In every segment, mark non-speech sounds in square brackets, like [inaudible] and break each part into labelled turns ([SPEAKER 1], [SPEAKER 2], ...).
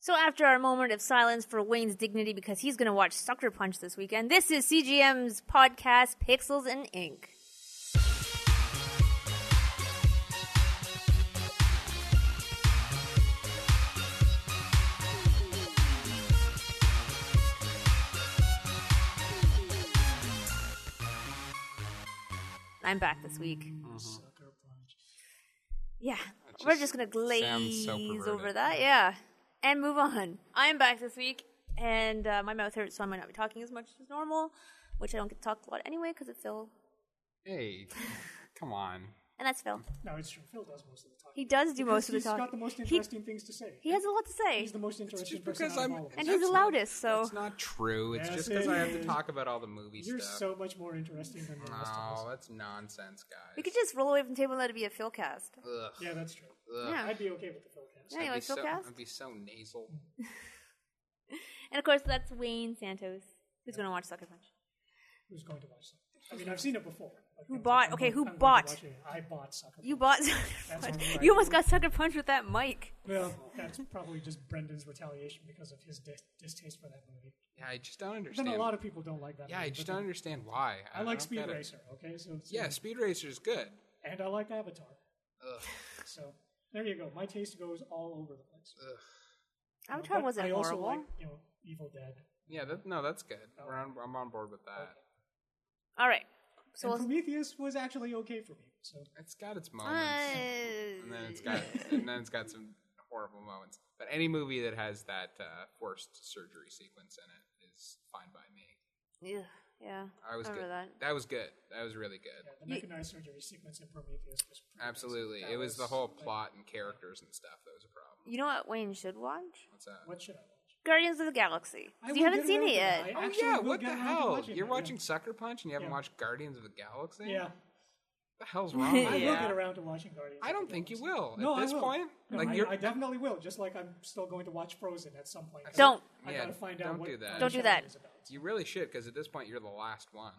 [SPEAKER 1] So after our moment of silence for Wayne's dignity because he's going to watch Sucker Punch this weekend, this is CGM's podcast Pixels and Ink. I'm back this week.
[SPEAKER 2] Sucker punch.
[SPEAKER 1] Yeah.
[SPEAKER 3] That
[SPEAKER 1] We're
[SPEAKER 3] just
[SPEAKER 1] just going to glaze
[SPEAKER 3] sounds so
[SPEAKER 1] over
[SPEAKER 3] perverted.
[SPEAKER 1] that. Yeah. And move on. I am back this week, and uh, my mouth hurts, so I might not be talking as much as normal, which I don't get to talk a lot anyway because of Phil.
[SPEAKER 3] Hey,
[SPEAKER 1] [laughs]
[SPEAKER 3] come on.
[SPEAKER 1] And that's Phil.
[SPEAKER 2] No, it's true. Phil does most of the talking.
[SPEAKER 1] He does do most of
[SPEAKER 2] Because
[SPEAKER 1] the
[SPEAKER 2] he's got the
[SPEAKER 1] talking.
[SPEAKER 2] most
[SPEAKER 1] He-
[SPEAKER 2] interesting things to say.
[SPEAKER 1] He has a lot to say.
[SPEAKER 2] He's the most interesting
[SPEAKER 3] Just
[SPEAKER 2] person
[SPEAKER 3] because
[SPEAKER 2] out of
[SPEAKER 3] I'm,
[SPEAKER 2] all of us.
[SPEAKER 1] And he's the
[SPEAKER 3] that's not-
[SPEAKER 1] loudest, so-
[SPEAKER 3] it's not true. It's
[SPEAKER 2] Yes,
[SPEAKER 3] just because
[SPEAKER 2] it
[SPEAKER 3] I have to
[SPEAKER 2] is.
[SPEAKER 3] talk about all the movie
[SPEAKER 2] You're
[SPEAKER 3] stuff.
[SPEAKER 2] so much more interesting than the rest of us.
[SPEAKER 3] no, that's nonsense, guys.
[SPEAKER 1] We could just roll away from the table and let it be a Phil cast.
[SPEAKER 3] Ugh.
[SPEAKER 2] Yeah, that's true.
[SPEAKER 3] Ugh.
[SPEAKER 1] Yeah.
[SPEAKER 2] I'd be okay with the Phil cast.
[SPEAKER 1] Yeah, you
[SPEAKER 3] I'd be
[SPEAKER 1] like Phil
[SPEAKER 3] so,
[SPEAKER 1] cast?
[SPEAKER 3] I'd be so nasal.
[SPEAKER 1] And of course, that's Wayne Santos, who's going to watch Sucker Punch.
[SPEAKER 2] Who's going to watch that? I mean, I've seen it before. Like,
[SPEAKER 1] Who
[SPEAKER 2] I'm-
[SPEAKER 1] bought-
[SPEAKER 2] I'm
[SPEAKER 1] okay,
[SPEAKER 2] going-
[SPEAKER 1] who
[SPEAKER 2] I'm going to
[SPEAKER 1] bought?
[SPEAKER 2] watch it. I bought Sucker
[SPEAKER 1] You
[SPEAKER 2] Punch.
[SPEAKER 1] bought Sucker
[SPEAKER 2] That's
[SPEAKER 1] Punch.
[SPEAKER 2] all right.
[SPEAKER 1] You almost got Sucker Punch with that mic.
[SPEAKER 2] Well, that's probably just Brendan's retaliation because of his dis- distaste for that movie.
[SPEAKER 3] Yeah, I just don't
[SPEAKER 2] Then
[SPEAKER 3] understand.
[SPEAKER 2] a lot of people don't like that
[SPEAKER 3] yeah,
[SPEAKER 2] movie.
[SPEAKER 3] I
[SPEAKER 2] but
[SPEAKER 3] just
[SPEAKER 2] then-
[SPEAKER 3] don't understand why.
[SPEAKER 2] I like
[SPEAKER 3] don't
[SPEAKER 2] Speed
[SPEAKER 3] get it.
[SPEAKER 2] Racer, okay? So it's,
[SPEAKER 3] Yeah, Speed Racer is good.
[SPEAKER 2] And I like Avatar.
[SPEAKER 3] Ugh.
[SPEAKER 2] So there you go. My taste goes all over the place.
[SPEAKER 1] Avatar
[SPEAKER 2] But
[SPEAKER 1] wasn't
[SPEAKER 2] I also
[SPEAKER 1] horrible.
[SPEAKER 2] like, you know, Evil Dead.
[SPEAKER 3] Yeah, that, no, that's good.
[SPEAKER 2] Oh.
[SPEAKER 3] We're on, I'm on board with that.
[SPEAKER 1] All right. So
[SPEAKER 2] So
[SPEAKER 1] we'll.
[SPEAKER 2] Prometheus was actually okay for me. So
[SPEAKER 3] It's got its moments, and then it's
[SPEAKER 1] Uh,
[SPEAKER 3] got and then it's got some horrible moments. But any movie that has that uh, forced surgery sequence in it is fine by me.
[SPEAKER 1] yeah, yeah.
[SPEAKER 3] I was
[SPEAKER 1] I
[SPEAKER 3] good.
[SPEAKER 1] remember
[SPEAKER 3] That.
[SPEAKER 1] that.
[SPEAKER 3] was good. That was really good.
[SPEAKER 2] yeah, the
[SPEAKER 1] You-
[SPEAKER 2] mechanized surgery sequence in Prometheus was pretty amazing.
[SPEAKER 3] Absolutely,
[SPEAKER 2] That
[SPEAKER 3] it was, the whole
[SPEAKER 2] like,
[SPEAKER 3] plot and characters and stuff that was a problem.
[SPEAKER 1] You know what Wayne should watch?
[SPEAKER 3] What's that?
[SPEAKER 2] What should I watch?
[SPEAKER 1] Guardians of the Galaxy.
[SPEAKER 2] I
[SPEAKER 1] you
[SPEAKER 2] will
[SPEAKER 1] haven't
[SPEAKER 2] get
[SPEAKER 1] seen
[SPEAKER 2] around
[SPEAKER 1] it
[SPEAKER 2] to
[SPEAKER 1] yet.
[SPEAKER 2] that. I
[SPEAKER 3] Oh
[SPEAKER 2] actually
[SPEAKER 3] yeah,
[SPEAKER 2] will
[SPEAKER 3] what
[SPEAKER 2] get
[SPEAKER 3] the
[SPEAKER 2] around to
[SPEAKER 3] hell?
[SPEAKER 2] watching
[SPEAKER 3] You're
[SPEAKER 2] that,
[SPEAKER 3] watching
[SPEAKER 2] yeah.
[SPEAKER 3] Sucker Punch and you haven't
[SPEAKER 2] Yeah.
[SPEAKER 3] watched Guardians of the Galaxy?
[SPEAKER 2] Yeah,
[SPEAKER 3] the hell's
[SPEAKER 1] [laughs]
[SPEAKER 3] wrong with
[SPEAKER 2] I
[SPEAKER 3] you?
[SPEAKER 2] will
[SPEAKER 1] Yeah.
[SPEAKER 2] get around to watching Guardians.
[SPEAKER 3] I
[SPEAKER 2] of the
[SPEAKER 3] don't think you
[SPEAKER 2] Galaxy.
[SPEAKER 3] will.
[SPEAKER 2] No,
[SPEAKER 3] At this
[SPEAKER 2] I will.
[SPEAKER 3] point,
[SPEAKER 2] no,
[SPEAKER 3] like
[SPEAKER 2] I,
[SPEAKER 3] you're
[SPEAKER 2] I definitely will. Just like I'm still going to watch Frozen at some point.
[SPEAKER 1] Don't.
[SPEAKER 2] I
[SPEAKER 3] Yeah,
[SPEAKER 2] gotta find out
[SPEAKER 3] don't
[SPEAKER 2] what
[SPEAKER 3] do that.
[SPEAKER 1] Don't do
[SPEAKER 2] franchise
[SPEAKER 1] that.
[SPEAKER 2] it is about.
[SPEAKER 3] you really should because at this point you're the last one.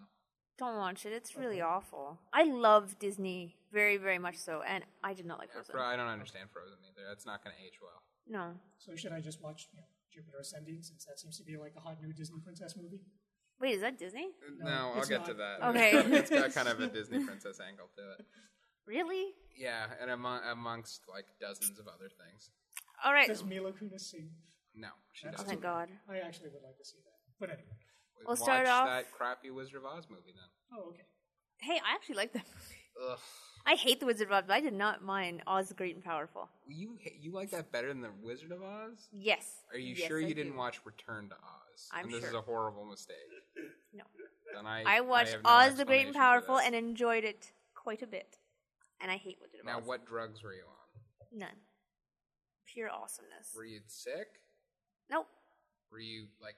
[SPEAKER 1] Don't watch it. It's really awful. I love Disney very, very much so, and I did not like Frozen.
[SPEAKER 3] Fro- I don't understand Frozen either. That's not going to age well.
[SPEAKER 1] No.
[SPEAKER 2] So should I just watch you know, Jupiter Ascending since that seems to be like the hot new Disney princess movie?
[SPEAKER 1] Wait, is that Disney?
[SPEAKER 3] No, I'll
[SPEAKER 2] it's
[SPEAKER 3] get
[SPEAKER 2] not.
[SPEAKER 3] to that.
[SPEAKER 1] Okay.
[SPEAKER 3] It's got, [laughs] it's got kind
[SPEAKER 2] [laughs]
[SPEAKER 3] of a Disney princess angle to it.
[SPEAKER 1] Really?
[SPEAKER 3] Yeah, and among, amongst like dozens of other things.
[SPEAKER 1] All right.
[SPEAKER 2] Does Mila Kunis sing?
[SPEAKER 3] No, she
[SPEAKER 2] That's
[SPEAKER 1] Oh,
[SPEAKER 3] doesn't.
[SPEAKER 1] thank Oh God.
[SPEAKER 2] I actually would like to see that. But anyway.
[SPEAKER 1] We'll
[SPEAKER 3] Watch
[SPEAKER 1] start off-
[SPEAKER 3] that crappy Wizard of Oz movie then.
[SPEAKER 2] Oh, okay.
[SPEAKER 1] Hey, I actually like that [laughs] movie.
[SPEAKER 3] Ugh,
[SPEAKER 1] I hate The Wizard of Oz, but I did not mind Oz the Great and Powerful.
[SPEAKER 3] you ha- you like that better than the Wizard of Oz?
[SPEAKER 1] Yes.
[SPEAKER 3] Are you
[SPEAKER 1] Yes,
[SPEAKER 3] sure
[SPEAKER 1] I
[SPEAKER 3] you
[SPEAKER 1] do.
[SPEAKER 3] didn't watch Return to Oz?
[SPEAKER 1] I'm
[SPEAKER 3] and this is
[SPEAKER 1] sure.
[SPEAKER 3] a horrible mistake.
[SPEAKER 1] No.
[SPEAKER 3] Then I
[SPEAKER 1] I watched
[SPEAKER 3] have no
[SPEAKER 1] Oz the Great and
[SPEAKER 3] explanation for
[SPEAKER 1] Powerful
[SPEAKER 3] this.
[SPEAKER 1] and enjoyed it quite a bit. And I hate Wizard of
[SPEAKER 3] now
[SPEAKER 1] Oz.
[SPEAKER 3] what drugs were you on?
[SPEAKER 1] None. Pure awesomeness.
[SPEAKER 3] Were you sick?
[SPEAKER 1] Nope.
[SPEAKER 3] Were you like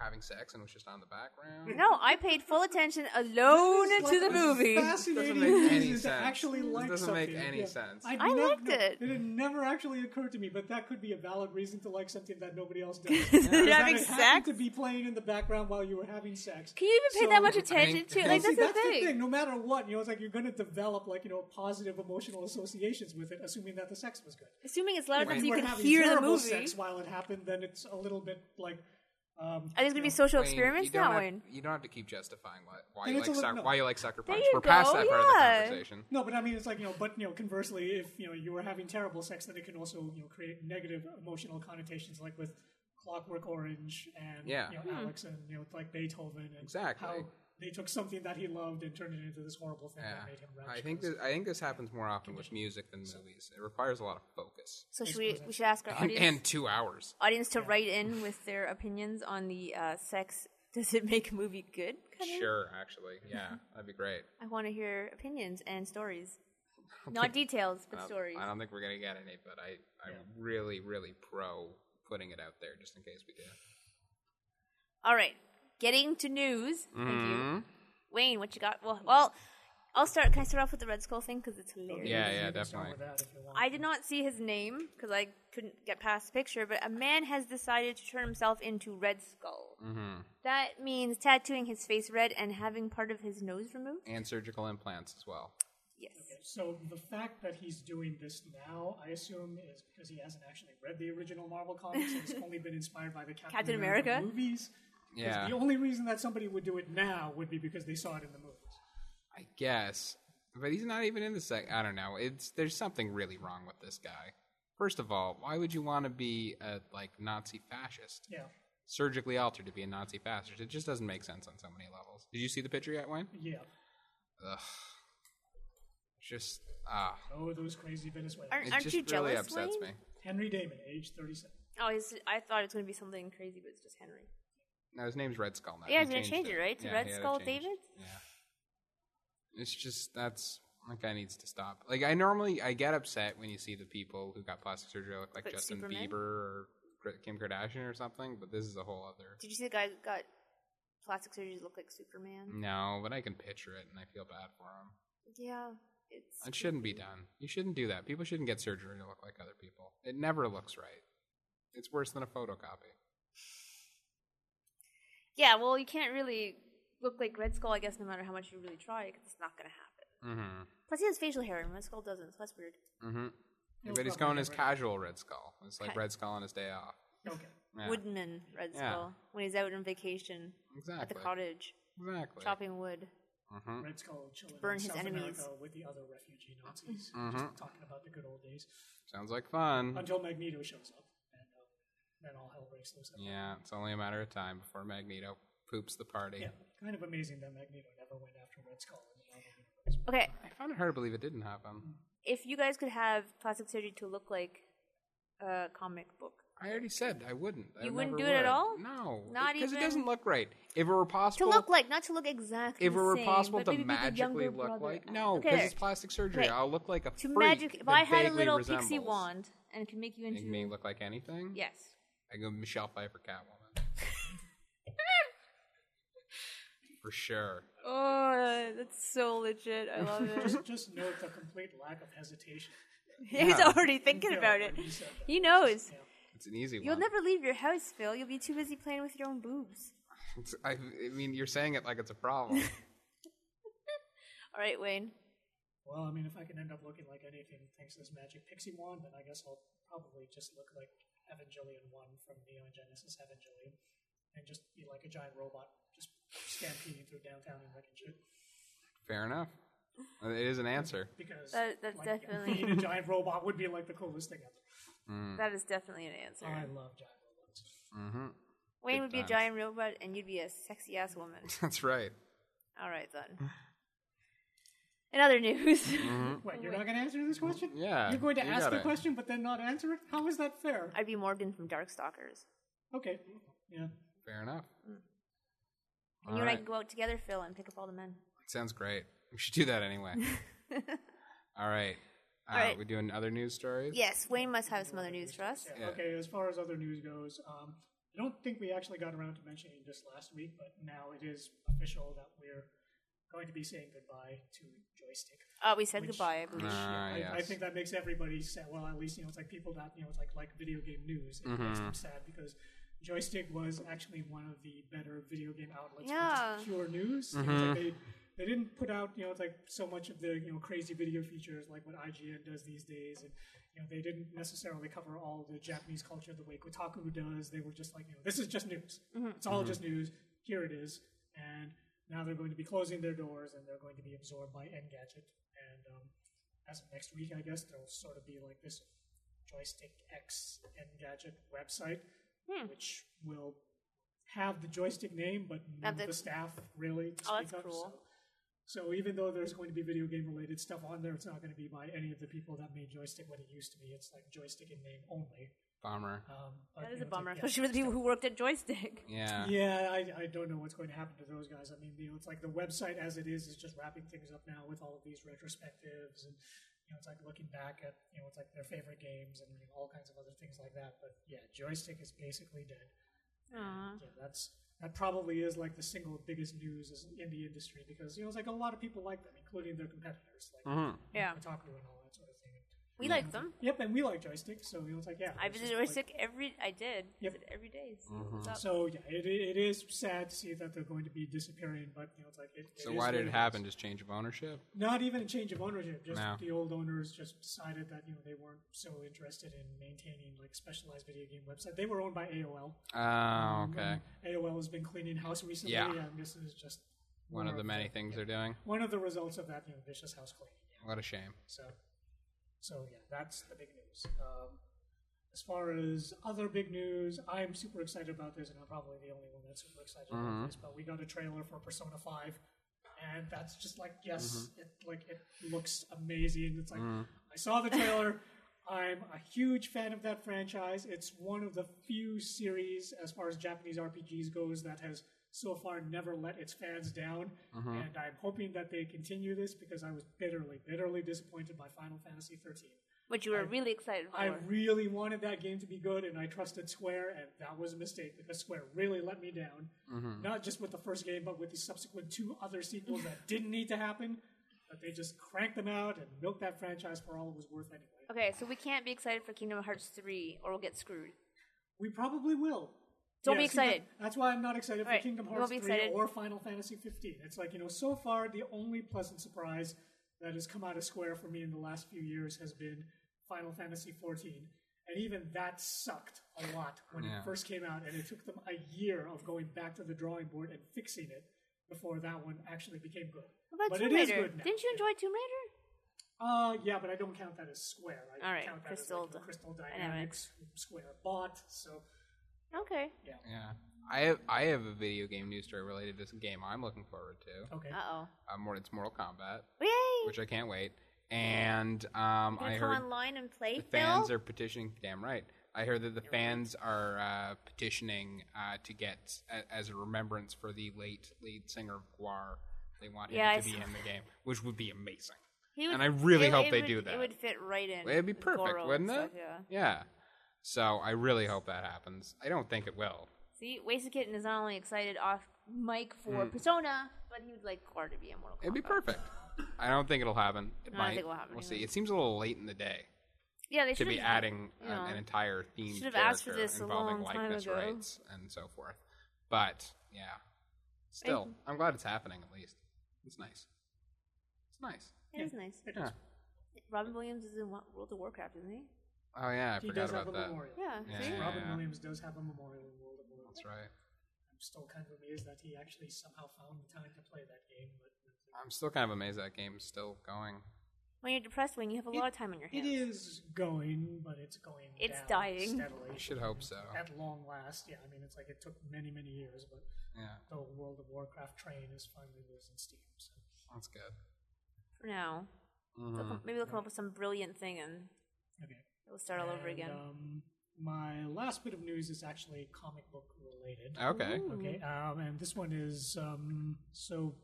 [SPEAKER 3] having sex and was just on the background?
[SPEAKER 1] No, I paid full attention alone
[SPEAKER 2] This is
[SPEAKER 1] to
[SPEAKER 2] like
[SPEAKER 1] the
[SPEAKER 2] a
[SPEAKER 1] movie.
[SPEAKER 2] Fascinating
[SPEAKER 3] Doesn't make any
[SPEAKER 2] reason to
[SPEAKER 3] sense.
[SPEAKER 2] actually
[SPEAKER 3] This
[SPEAKER 2] like
[SPEAKER 3] doesn't make
[SPEAKER 2] something.
[SPEAKER 3] any
[SPEAKER 2] Yeah.
[SPEAKER 3] sense.
[SPEAKER 2] I'd
[SPEAKER 1] I
[SPEAKER 2] never-
[SPEAKER 1] liked it.
[SPEAKER 2] It had never actually occurred to me, but that could be a valid reason to like something that nobody
[SPEAKER 1] [laughs]
[SPEAKER 2] else does. Is that
[SPEAKER 1] having
[SPEAKER 2] it happened
[SPEAKER 1] sex?
[SPEAKER 2] to be playing in the background while you were having sex.
[SPEAKER 1] Can you even pay
[SPEAKER 2] So-
[SPEAKER 1] that much attention to it? Like,
[SPEAKER 3] Well,
[SPEAKER 2] See,
[SPEAKER 1] that's,
[SPEAKER 2] that's
[SPEAKER 1] the thing.
[SPEAKER 2] No matter what, you know, it's like you're going to develop like you know positive emotional associations with it, assuming that the sex was good.
[SPEAKER 1] Assuming it's loud
[SPEAKER 2] If
[SPEAKER 1] enough so
[SPEAKER 2] you
[SPEAKER 1] you
[SPEAKER 2] were
[SPEAKER 1] can
[SPEAKER 2] having
[SPEAKER 1] hear the
[SPEAKER 2] terrible
[SPEAKER 1] movie.
[SPEAKER 2] sex while it happened, then it's a little bit like. Um,
[SPEAKER 1] Are these going to be social
[SPEAKER 3] Wayne,
[SPEAKER 1] experiments
[SPEAKER 3] you don't
[SPEAKER 1] now,
[SPEAKER 3] have-
[SPEAKER 1] Wayne?
[SPEAKER 3] You don't have to keep justifying why, why
[SPEAKER 2] Then
[SPEAKER 3] you
[SPEAKER 2] it's
[SPEAKER 3] like
[SPEAKER 2] a little-
[SPEAKER 3] sucker,
[SPEAKER 2] no.
[SPEAKER 3] why you like sucker punch.
[SPEAKER 1] you
[SPEAKER 3] We're past
[SPEAKER 1] go,
[SPEAKER 3] that part of the
[SPEAKER 1] yeah.
[SPEAKER 3] conversation.
[SPEAKER 2] No, but I mean, it's like you know, but you know, conversely, if you know you were having terrible sex, then it can also you know create negative emotional connotations, like with Clockwork Orange and
[SPEAKER 3] Yeah.
[SPEAKER 2] you know, Alex and you know like Beethoven and
[SPEAKER 3] Exactly.
[SPEAKER 2] how they took something that he loved and turned it into this horrible thing that made him.
[SPEAKER 3] Yeah.
[SPEAKER 2] Ravished.
[SPEAKER 3] I think this, I think this happens more often with music than movies. It requires a lot of focus
[SPEAKER 1] So should we, we should ask our
[SPEAKER 3] and,
[SPEAKER 1] audience,
[SPEAKER 3] and two hours.
[SPEAKER 1] audience to write in with their opinions on the uh, sex. [laughs] Does it make a movie good? kind of?
[SPEAKER 3] Sure, actually,
[SPEAKER 1] [laughs]
[SPEAKER 3] yeah, that'd be great.
[SPEAKER 1] I want to hear opinions and stories. Not details, but
[SPEAKER 3] Um,
[SPEAKER 1] stories.
[SPEAKER 3] I don't think we're gonna get any, but I I'm really really pro putting it out there just in case we do.
[SPEAKER 1] All right. Getting to news. Thank you. Wayne, what you got? Well, well, I'll start. Can I start off with the Red Skull thing? Because it's hilarious.
[SPEAKER 3] Yeah,
[SPEAKER 2] You
[SPEAKER 3] yeah,
[SPEAKER 2] can start
[SPEAKER 3] definitely.
[SPEAKER 2] with that if you want.
[SPEAKER 1] I did not see his name because I couldn't get past the picture, but a man has decided to turn himself into Red Skull.
[SPEAKER 3] Mm-hmm.
[SPEAKER 1] That means tattooing his face red and having part of his nose removed.
[SPEAKER 3] And surgical implants as well.
[SPEAKER 1] Yes.
[SPEAKER 2] Okay, so the fact that he's doing this now, I assume, is because he hasn't actually read the original Marvel comics and has only been inspired by the Captain,
[SPEAKER 1] Captain America?
[SPEAKER 2] movies. 'Cause
[SPEAKER 3] Yeah.
[SPEAKER 2] The only reason that somebody would do it now would be because they saw it in the movies.
[SPEAKER 3] I guess. But he's not even in the sec. I don't know. It's there's something really wrong with this guy. First of all, why would you want to be a like Nazi fascist?
[SPEAKER 2] Yeah.
[SPEAKER 3] Surgically altered to be a Nazi fascist. It just doesn't make sense on so many levels. Did you see the picture yet, Wayne?
[SPEAKER 2] Yeah.
[SPEAKER 3] Ugh. Just ah.
[SPEAKER 2] Oh, those crazy Venezuelans.
[SPEAKER 1] Aren't-
[SPEAKER 3] It
[SPEAKER 1] Aren't
[SPEAKER 3] just
[SPEAKER 1] you
[SPEAKER 3] really
[SPEAKER 1] jealous,
[SPEAKER 3] upsets
[SPEAKER 1] Wayne?
[SPEAKER 3] me.
[SPEAKER 2] Henry Damon, age 37.
[SPEAKER 1] Oh, it's, I thought it was going to be something crazy, but it's just Henry.
[SPEAKER 3] No, his name's Red Skull now.
[SPEAKER 1] Yeah,
[SPEAKER 3] He
[SPEAKER 1] he's gonna
[SPEAKER 3] changed
[SPEAKER 1] change it, right? To
[SPEAKER 3] Yeah,
[SPEAKER 1] Red
[SPEAKER 3] he had it
[SPEAKER 1] Skull
[SPEAKER 3] changed.
[SPEAKER 1] David?
[SPEAKER 3] Yeah. It's just that's that guy needs to stop. Like I normally I get upset when you see the people who got plastic surgery look like
[SPEAKER 1] Like
[SPEAKER 3] Justin
[SPEAKER 1] Superman?
[SPEAKER 3] Bieber or Kr- Kim Kardashian or something, but this is a whole other.
[SPEAKER 1] Did you see the guy who got plastic surgery to look like Superman?
[SPEAKER 3] No, but I can picture it and I feel bad for him.
[SPEAKER 1] Yeah, it's.
[SPEAKER 3] It shouldn't be done. You shouldn't do that. People shouldn't get surgery to look like other people. It never looks right. It's worse than a photocopy.
[SPEAKER 1] Yeah, well, you can't really look like Red Skull, I guess, no matter how much you really try, 'cause it's not gonna happen.
[SPEAKER 3] Mhm.
[SPEAKER 1] Plus, he has facial hair, and Red Skull doesn't, so that's weird.
[SPEAKER 3] Mhm.
[SPEAKER 2] He'll
[SPEAKER 3] But he's
[SPEAKER 2] probably
[SPEAKER 3] going as
[SPEAKER 2] never-
[SPEAKER 3] casual Red Skull. It's like
[SPEAKER 1] Okay.
[SPEAKER 3] Red Skull on his day off.
[SPEAKER 2] Okay.
[SPEAKER 1] Mm-hmm.
[SPEAKER 3] Yeah,
[SPEAKER 1] Woodman Red
[SPEAKER 3] Yeah.
[SPEAKER 1] Skull when he's out on vacation
[SPEAKER 3] exactly.
[SPEAKER 1] at the cottage
[SPEAKER 3] Exactly.
[SPEAKER 1] chopping wood.
[SPEAKER 3] Mhm.
[SPEAKER 2] Red Skull chilling
[SPEAKER 1] burn
[SPEAKER 2] in
[SPEAKER 1] his
[SPEAKER 2] South
[SPEAKER 1] enemies.
[SPEAKER 2] America with the other refugee Nazis,
[SPEAKER 3] Mhm.
[SPEAKER 2] just talking about the good old days
[SPEAKER 3] Sounds like fun.
[SPEAKER 2] until Magneto shows up, and uh, then all hell breaks loose. after
[SPEAKER 3] Yeah, it's only a matter of time before Magneto poops the
[SPEAKER 2] that.
[SPEAKER 3] party.
[SPEAKER 2] yeah. Kind of amazing that Magneto never went after Red Skull. In the Marvel universe.
[SPEAKER 1] Okay,
[SPEAKER 3] I found it hard to believe it didn't happen.
[SPEAKER 1] if you guys could have plastic surgery to look like a comic book,
[SPEAKER 3] I already said I wouldn't. I
[SPEAKER 1] You wouldn't
[SPEAKER 3] never
[SPEAKER 1] do it at
[SPEAKER 3] would.
[SPEAKER 1] all?
[SPEAKER 3] No,
[SPEAKER 1] Not
[SPEAKER 3] because it
[SPEAKER 1] even-
[SPEAKER 3] doesn't look right. If it were
[SPEAKER 1] to
[SPEAKER 3] possible,
[SPEAKER 1] look like, not to look exactly.
[SPEAKER 3] if it
[SPEAKER 1] the
[SPEAKER 3] were
[SPEAKER 1] same,
[SPEAKER 3] possible
[SPEAKER 1] but
[SPEAKER 3] to
[SPEAKER 1] maybe be the
[SPEAKER 3] magically
[SPEAKER 1] younger
[SPEAKER 3] look
[SPEAKER 1] brother.
[SPEAKER 3] like no,
[SPEAKER 1] Okay,
[SPEAKER 3] because
[SPEAKER 1] there.
[SPEAKER 3] it's plastic surgery.
[SPEAKER 1] Okay.
[SPEAKER 3] I'll look like a
[SPEAKER 1] to
[SPEAKER 3] freak
[SPEAKER 1] magic. If
[SPEAKER 3] that
[SPEAKER 1] I had a
[SPEAKER 3] vaguely
[SPEAKER 1] little
[SPEAKER 3] resembles.
[SPEAKER 1] pixie wand and could make you
[SPEAKER 3] it
[SPEAKER 1] into
[SPEAKER 3] may look like anything.
[SPEAKER 1] yes,
[SPEAKER 3] I go Michelle Pfeiffer
[SPEAKER 1] [laughs]
[SPEAKER 3] Catwoman for sure.
[SPEAKER 1] Oh, that's so legit. I love
[SPEAKER 3] [laughs]
[SPEAKER 1] it. [laughs]
[SPEAKER 2] Just, just note the complete lack of hesitation.
[SPEAKER 1] He's
[SPEAKER 3] Yeah.
[SPEAKER 1] already thinking
[SPEAKER 2] Yeah,
[SPEAKER 1] about
[SPEAKER 2] when
[SPEAKER 1] it.
[SPEAKER 2] you said that.
[SPEAKER 1] He knows.
[SPEAKER 2] Yeah.
[SPEAKER 3] It's an easy
[SPEAKER 1] You'll
[SPEAKER 3] one.
[SPEAKER 1] never leave your house, Phil. You'll be too busy playing with your own boobs.
[SPEAKER 3] It's- I, I mean, you're saying it like it's a
[SPEAKER 2] [laughs]
[SPEAKER 3] problem.
[SPEAKER 1] All right, Wayne.
[SPEAKER 2] Well, I mean, if I can end up looking like anything thanks to this magic pixie wand, then I guess I'll probably just look like Evangelion 1 from Neon Genesis Evangelion and just be like a giant robot, just stampeding through downtown and wrecking shit.
[SPEAKER 3] Fair enough. Uh, It is an answer. [laughs]
[SPEAKER 2] Because
[SPEAKER 1] That- that's
[SPEAKER 2] like,
[SPEAKER 1] definitely-
[SPEAKER 2] being a giant robot would be like the coolest thing ever.
[SPEAKER 3] Mm.
[SPEAKER 1] That is definitely an answer.
[SPEAKER 2] Oh, I love giant robots.
[SPEAKER 3] Mm-hmm.
[SPEAKER 1] Wayne
[SPEAKER 3] Good
[SPEAKER 1] would be a
[SPEAKER 3] times.
[SPEAKER 1] giant robot, and you'd be a sexy ass
[SPEAKER 3] [laughs]
[SPEAKER 1] woman.
[SPEAKER 3] That's right.
[SPEAKER 1] All right
[SPEAKER 2] Mm.
[SPEAKER 1] then. In other news, [laughs]
[SPEAKER 3] Mm-hmm.
[SPEAKER 2] Wait, you're not going to answer this question?
[SPEAKER 3] Hmm? Yeah,
[SPEAKER 2] You're going to
[SPEAKER 3] you
[SPEAKER 2] ask
[SPEAKER 3] gotta-
[SPEAKER 2] the question but then not answer it? How is that fair?
[SPEAKER 1] I'd be Morgan from Darkstalkers,
[SPEAKER 2] Okay. Yeah.
[SPEAKER 3] Fair enough.
[SPEAKER 1] and
[SPEAKER 3] All
[SPEAKER 1] you and I
[SPEAKER 3] right.
[SPEAKER 1] could go out together, Phil, and pick up all the men.
[SPEAKER 3] Sounds great. We should do that
[SPEAKER 2] [laughs]
[SPEAKER 3] anyway. All right. Uh,
[SPEAKER 1] All right.
[SPEAKER 3] We doing other news stories?
[SPEAKER 1] Yes, Wayne must have some other news for us.
[SPEAKER 2] Yeah. Okay, as far as other news goes, um, I don't think we actually got around to mentioning this last week, but now it is official that we're going to be saying goodbye to Joystick.
[SPEAKER 1] Oh, we said
[SPEAKER 2] Which-
[SPEAKER 1] goodbye. I believe.
[SPEAKER 3] Ah,
[SPEAKER 2] I, I
[SPEAKER 3] yes.
[SPEAKER 2] think that makes everybody sad. Well, at least you know it's like people that you know it's like like video game news. It makes them sad because Joystick was actually one of the better video game outlets for
[SPEAKER 1] Yeah.
[SPEAKER 2] just pure news. It was like they they didn't put out you know it's like so much of the you know crazy video features like what IGN does these days, and you know they didn't necessarily cover all the Japanese culture the way Kotaku does. They were just like you know this is just news. It's all just news. Here it is, and now they're going to be closing their doors and they're going to be absorbed by Engadget and. Um, as of next week, I guess there'll sort of be like this joystick X Engadget website,
[SPEAKER 1] Hmm.
[SPEAKER 2] which will have the joystick name but none
[SPEAKER 1] Not
[SPEAKER 2] of
[SPEAKER 1] the-
[SPEAKER 2] the staff really. To
[SPEAKER 1] Oh,
[SPEAKER 2] speak
[SPEAKER 1] that's
[SPEAKER 2] of,
[SPEAKER 1] cool.
[SPEAKER 2] So, so even though there's going to be video game related stuff on there, it's not going to be by any of the people that made joystick what it used to be. It's like joystick in name only.
[SPEAKER 3] Bummer.
[SPEAKER 1] That
[SPEAKER 2] Um, but,
[SPEAKER 1] is
[SPEAKER 2] you know,
[SPEAKER 1] a
[SPEAKER 2] it's
[SPEAKER 1] bummer,
[SPEAKER 2] like, yeah.
[SPEAKER 1] especially with the people who worked at
[SPEAKER 2] [laughs]
[SPEAKER 1] Joystick.
[SPEAKER 3] Yeah.
[SPEAKER 2] Yeah, I, I don't know what's going to happen to those guys. I mean, you know, it's like the website as it is is just wrapping things up now with all of these retrospectives and you know, it's like looking back at you know, it's like their favorite games and you know, all kinds of other things like that. But yeah, joystick is basically dead.
[SPEAKER 1] Aw.
[SPEAKER 2] Yeah, that's that probably is like the single biggest news is in the
[SPEAKER 1] Uh-huh.
[SPEAKER 2] industry because you know, it's like a lot of people like them, including their competitors, like
[SPEAKER 3] Mhm.
[SPEAKER 1] Yeah.
[SPEAKER 2] Kotaku and all that sort of thing.
[SPEAKER 1] We like them.
[SPEAKER 2] Yep, and we like joystick, so you know, it's like yeah.
[SPEAKER 1] I
[SPEAKER 2] it's just
[SPEAKER 1] visited
[SPEAKER 2] like-
[SPEAKER 1] Joystick every. I did.
[SPEAKER 2] Yep.
[SPEAKER 1] Visit every day. see
[SPEAKER 3] Mm-hmm.
[SPEAKER 1] what's up.
[SPEAKER 2] So yeah, it, it is sad to see that they're going to be disappearing, but you know it's like it, it
[SPEAKER 3] So
[SPEAKER 2] is
[SPEAKER 3] why
[SPEAKER 2] what
[SPEAKER 3] did it
[SPEAKER 2] is.
[SPEAKER 3] happen? Just change of ownership?
[SPEAKER 2] Not even a change of ownership. Just
[SPEAKER 3] No.
[SPEAKER 2] the old owners just decided that you know they weren't so interested in maintaining like specialized video game website. They were owned by AOL.
[SPEAKER 3] Oh,
[SPEAKER 2] Mm-hmm.
[SPEAKER 3] okay.
[SPEAKER 2] AOL has been cleaning house recently,
[SPEAKER 3] Yeah.
[SPEAKER 2] and this is just
[SPEAKER 3] One
[SPEAKER 2] more
[SPEAKER 3] of the many things they're doing.
[SPEAKER 2] one of the results of that you know vicious house cleaning.
[SPEAKER 3] What a shame.
[SPEAKER 2] So, so yeah, that's the big news. Um, as far as other big news, I'm super excited about this, and I'm probably the only one that's super excited about this. But we got a trailer for Persona Five, and that's just like yes, it like it looks amazing. It's like I saw the trailer. I'm a huge fan of that franchise. It's one of the few series, as far as Japanese RPGs goes, that has so far never let its fans down. And I'm hoping that they continue this because I was bitterly, bitterly disappointed by Final Fantasy 13.
[SPEAKER 1] Which you were really excited for.
[SPEAKER 2] I really wanted that game to be good, and I trusted Square, and that was a mistake because Square really let me down. Not just with the first game, but with the subsequent two other sequels that didn't need to happen. But they just cranked them out and milked that franchise for all it was worth anyway.
[SPEAKER 1] okay, so we can't be excited for Kingdom Hearts three, or we'll get screwed.
[SPEAKER 2] We probably will.
[SPEAKER 1] Don't be
[SPEAKER 2] see, that-
[SPEAKER 1] excited.
[SPEAKER 2] that's why I'm not excited for
[SPEAKER 1] Alright,
[SPEAKER 2] Kingdom
[SPEAKER 1] we won't
[SPEAKER 2] Hearts
[SPEAKER 1] be
[SPEAKER 2] 3
[SPEAKER 1] excited.
[SPEAKER 2] or Final Fantasy 15. It's like, you know, so far the only pleasant surprise that has come out of Square for me in the last few years has been Final Fantasy 14. And even that sucked a lot when
[SPEAKER 3] Yeah.
[SPEAKER 2] it first came out, and it took them a year of going back to the drawing board and fixing it before that one actually became good.
[SPEAKER 1] What about
[SPEAKER 2] but
[SPEAKER 1] Tomb
[SPEAKER 2] it is
[SPEAKER 1] Raider?
[SPEAKER 2] good now.
[SPEAKER 1] Didn't you enjoy Tomb Raider?
[SPEAKER 2] Uh, yeah, but I don't count that as Square. I
[SPEAKER 1] Alright,
[SPEAKER 2] count that
[SPEAKER 1] Crystal
[SPEAKER 2] as like, you know, Crystal
[SPEAKER 1] Dynamics.
[SPEAKER 2] Dynamics, Square bought. So
[SPEAKER 1] Okay.
[SPEAKER 3] Yeah. I have I have a video game news story related to some game I'm looking forward to.
[SPEAKER 2] okay,
[SPEAKER 1] Uh oh.
[SPEAKER 3] Uh, more it's Mortal Kombat,
[SPEAKER 1] Yay!
[SPEAKER 3] which I can't wait. And
[SPEAKER 1] Gonna
[SPEAKER 3] um, I
[SPEAKER 1] come
[SPEAKER 3] heard
[SPEAKER 1] online and play.
[SPEAKER 3] the fans
[SPEAKER 1] Phil?
[SPEAKER 3] are petitioning. Damn right. I heard that the fans are uh, petitioning uh, to get a, as a remembrance for the late lead singer of Guar. They want him
[SPEAKER 1] Yeah, I
[SPEAKER 3] to be
[SPEAKER 1] saw
[SPEAKER 3] in the game, which would be amazing.
[SPEAKER 1] He would-
[SPEAKER 3] and I really
[SPEAKER 1] it-
[SPEAKER 3] hope
[SPEAKER 1] it
[SPEAKER 3] they
[SPEAKER 1] would-
[SPEAKER 3] do that.
[SPEAKER 1] It would fit right in.
[SPEAKER 3] It'd be
[SPEAKER 1] with
[SPEAKER 3] perfect,
[SPEAKER 1] Goro and
[SPEAKER 3] wouldn't it?
[SPEAKER 1] stuff, yeah.
[SPEAKER 3] Yeah. So I really hope that happens. I don't think it will.
[SPEAKER 1] See, Wasted Kitten is not only excited off mic for Persona, but he would like Core to be in Mortal Kombat.
[SPEAKER 3] Hmm. It'd be perfect. I don't think it'll happen. It
[SPEAKER 1] No, I
[SPEAKER 3] might.
[SPEAKER 1] don't think it'll happen
[SPEAKER 3] We'll
[SPEAKER 1] either.
[SPEAKER 3] see. It seems a little late in the day
[SPEAKER 1] Yeah, they
[SPEAKER 3] to
[SPEAKER 1] should
[SPEAKER 3] be adding
[SPEAKER 1] you
[SPEAKER 3] an,
[SPEAKER 1] know.
[SPEAKER 3] an entire theme
[SPEAKER 1] Should've asked for this a
[SPEAKER 3] involving
[SPEAKER 1] long time
[SPEAKER 3] likeness
[SPEAKER 1] ago.
[SPEAKER 3] rights and so forth. But yeah, still, I'm glad it's happening. At least it's nice. It's nice.
[SPEAKER 1] It is nice.
[SPEAKER 2] it
[SPEAKER 3] Yeah.
[SPEAKER 2] does.
[SPEAKER 1] Robin Williams is in Wo- World of Warcraft, isn't he?
[SPEAKER 3] Oh yeah, I
[SPEAKER 2] He
[SPEAKER 3] forgot
[SPEAKER 2] does
[SPEAKER 3] about
[SPEAKER 2] have a
[SPEAKER 3] that.
[SPEAKER 2] memorial.
[SPEAKER 1] Yeah.
[SPEAKER 3] Yeah.
[SPEAKER 1] See?
[SPEAKER 2] Robin Williams does have a memorial in World of Warcraft.
[SPEAKER 3] That's right.
[SPEAKER 2] I'm still kind of amazed that he actually somehow found the time to play that game. But
[SPEAKER 3] I'm still kind of amazed that game's still going.
[SPEAKER 1] When you're depressed, when you have a lot of time on your
[SPEAKER 2] it
[SPEAKER 1] hands.
[SPEAKER 2] is going, but it's going.
[SPEAKER 1] It's
[SPEAKER 2] down
[SPEAKER 1] dying.
[SPEAKER 2] Steadily.
[SPEAKER 3] I should hope so.
[SPEAKER 2] At long last, yeah. I mean, it's like it took many, many years, but
[SPEAKER 3] Yeah,
[SPEAKER 2] the World of Warcraft train is finally losing steam. So.
[SPEAKER 3] that's good. Mm-hmm.
[SPEAKER 1] For now. They'll [laughs] come- Maybe they'll come up with some brilliant thing and
[SPEAKER 2] Okay.
[SPEAKER 1] it'll start all over
[SPEAKER 2] And,
[SPEAKER 1] again.
[SPEAKER 2] Um, my last bit of news is actually comic book related.
[SPEAKER 3] Okay.
[SPEAKER 2] Okay, um, and this one is um, so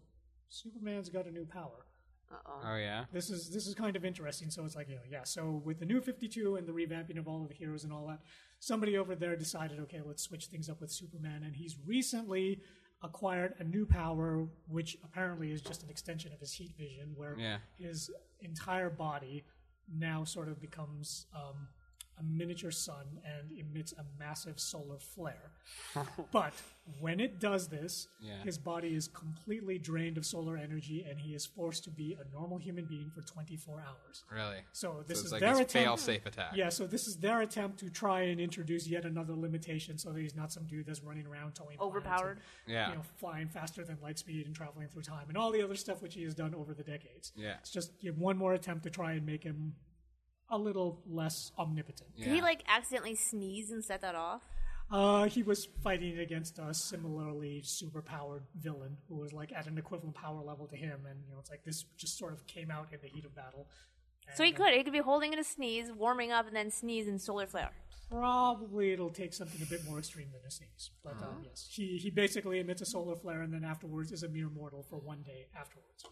[SPEAKER 2] Superman's got a new power.
[SPEAKER 1] Uh oh.
[SPEAKER 3] Oh yeah.
[SPEAKER 2] this is this is kind of interesting. So it's like, you know, yeah. So with the new Fifty Two and the revamping of all of the heroes and all that, somebody over there decided, okay, let's switch things up with Superman, and he's recently acquired a new power, which apparently is just an extension of his heat vision, where
[SPEAKER 3] Yeah.
[SPEAKER 2] his entire body now sort of becomes um, a miniature sun and emits a massive
[SPEAKER 3] [laughs]
[SPEAKER 2] solar flare. but when it does this,
[SPEAKER 3] Yeah.
[SPEAKER 2] his body is completely drained of solar energy and he is forced to be a normal human being for 24 hours.
[SPEAKER 3] Really.
[SPEAKER 2] So this
[SPEAKER 3] so it's
[SPEAKER 2] is
[SPEAKER 3] like
[SPEAKER 2] their
[SPEAKER 3] his
[SPEAKER 2] attempt.
[SPEAKER 3] fail-safe attack.
[SPEAKER 2] Yeah, so this is their attempt to try and introduce yet another limitation so that he's not some dude that's running around towing planets and,
[SPEAKER 1] Overpowered.
[SPEAKER 3] Yeah.
[SPEAKER 2] you know, flying faster than light speed and traveling through time and all the other stuff which he has done over the decades.
[SPEAKER 3] Yeah.
[SPEAKER 2] It's just you have one more attempt to try and make him a little less omnipotent.
[SPEAKER 1] Did he like accidentally sneeze and set that off?
[SPEAKER 2] Uh, he was fighting against a similarly superpowered villain who was like at an equivalent power level to him, and you know it's like this just sort of came out in the heat of battle.
[SPEAKER 1] So he
[SPEAKER 2] And, uh,
[SPEAKER 1] could. He could be holding in a sneeze, warming up, and then sneeze and solar flare.
[SPEAKER 2] Probably it'll take something a bit more extreme than a sneeze. But
[SPEAKER 1] Uh-huh.
[SPEAKER 2] um, yes, he, he basically emits a solar flare and then afterwards is a mere mortal for one day afterwards.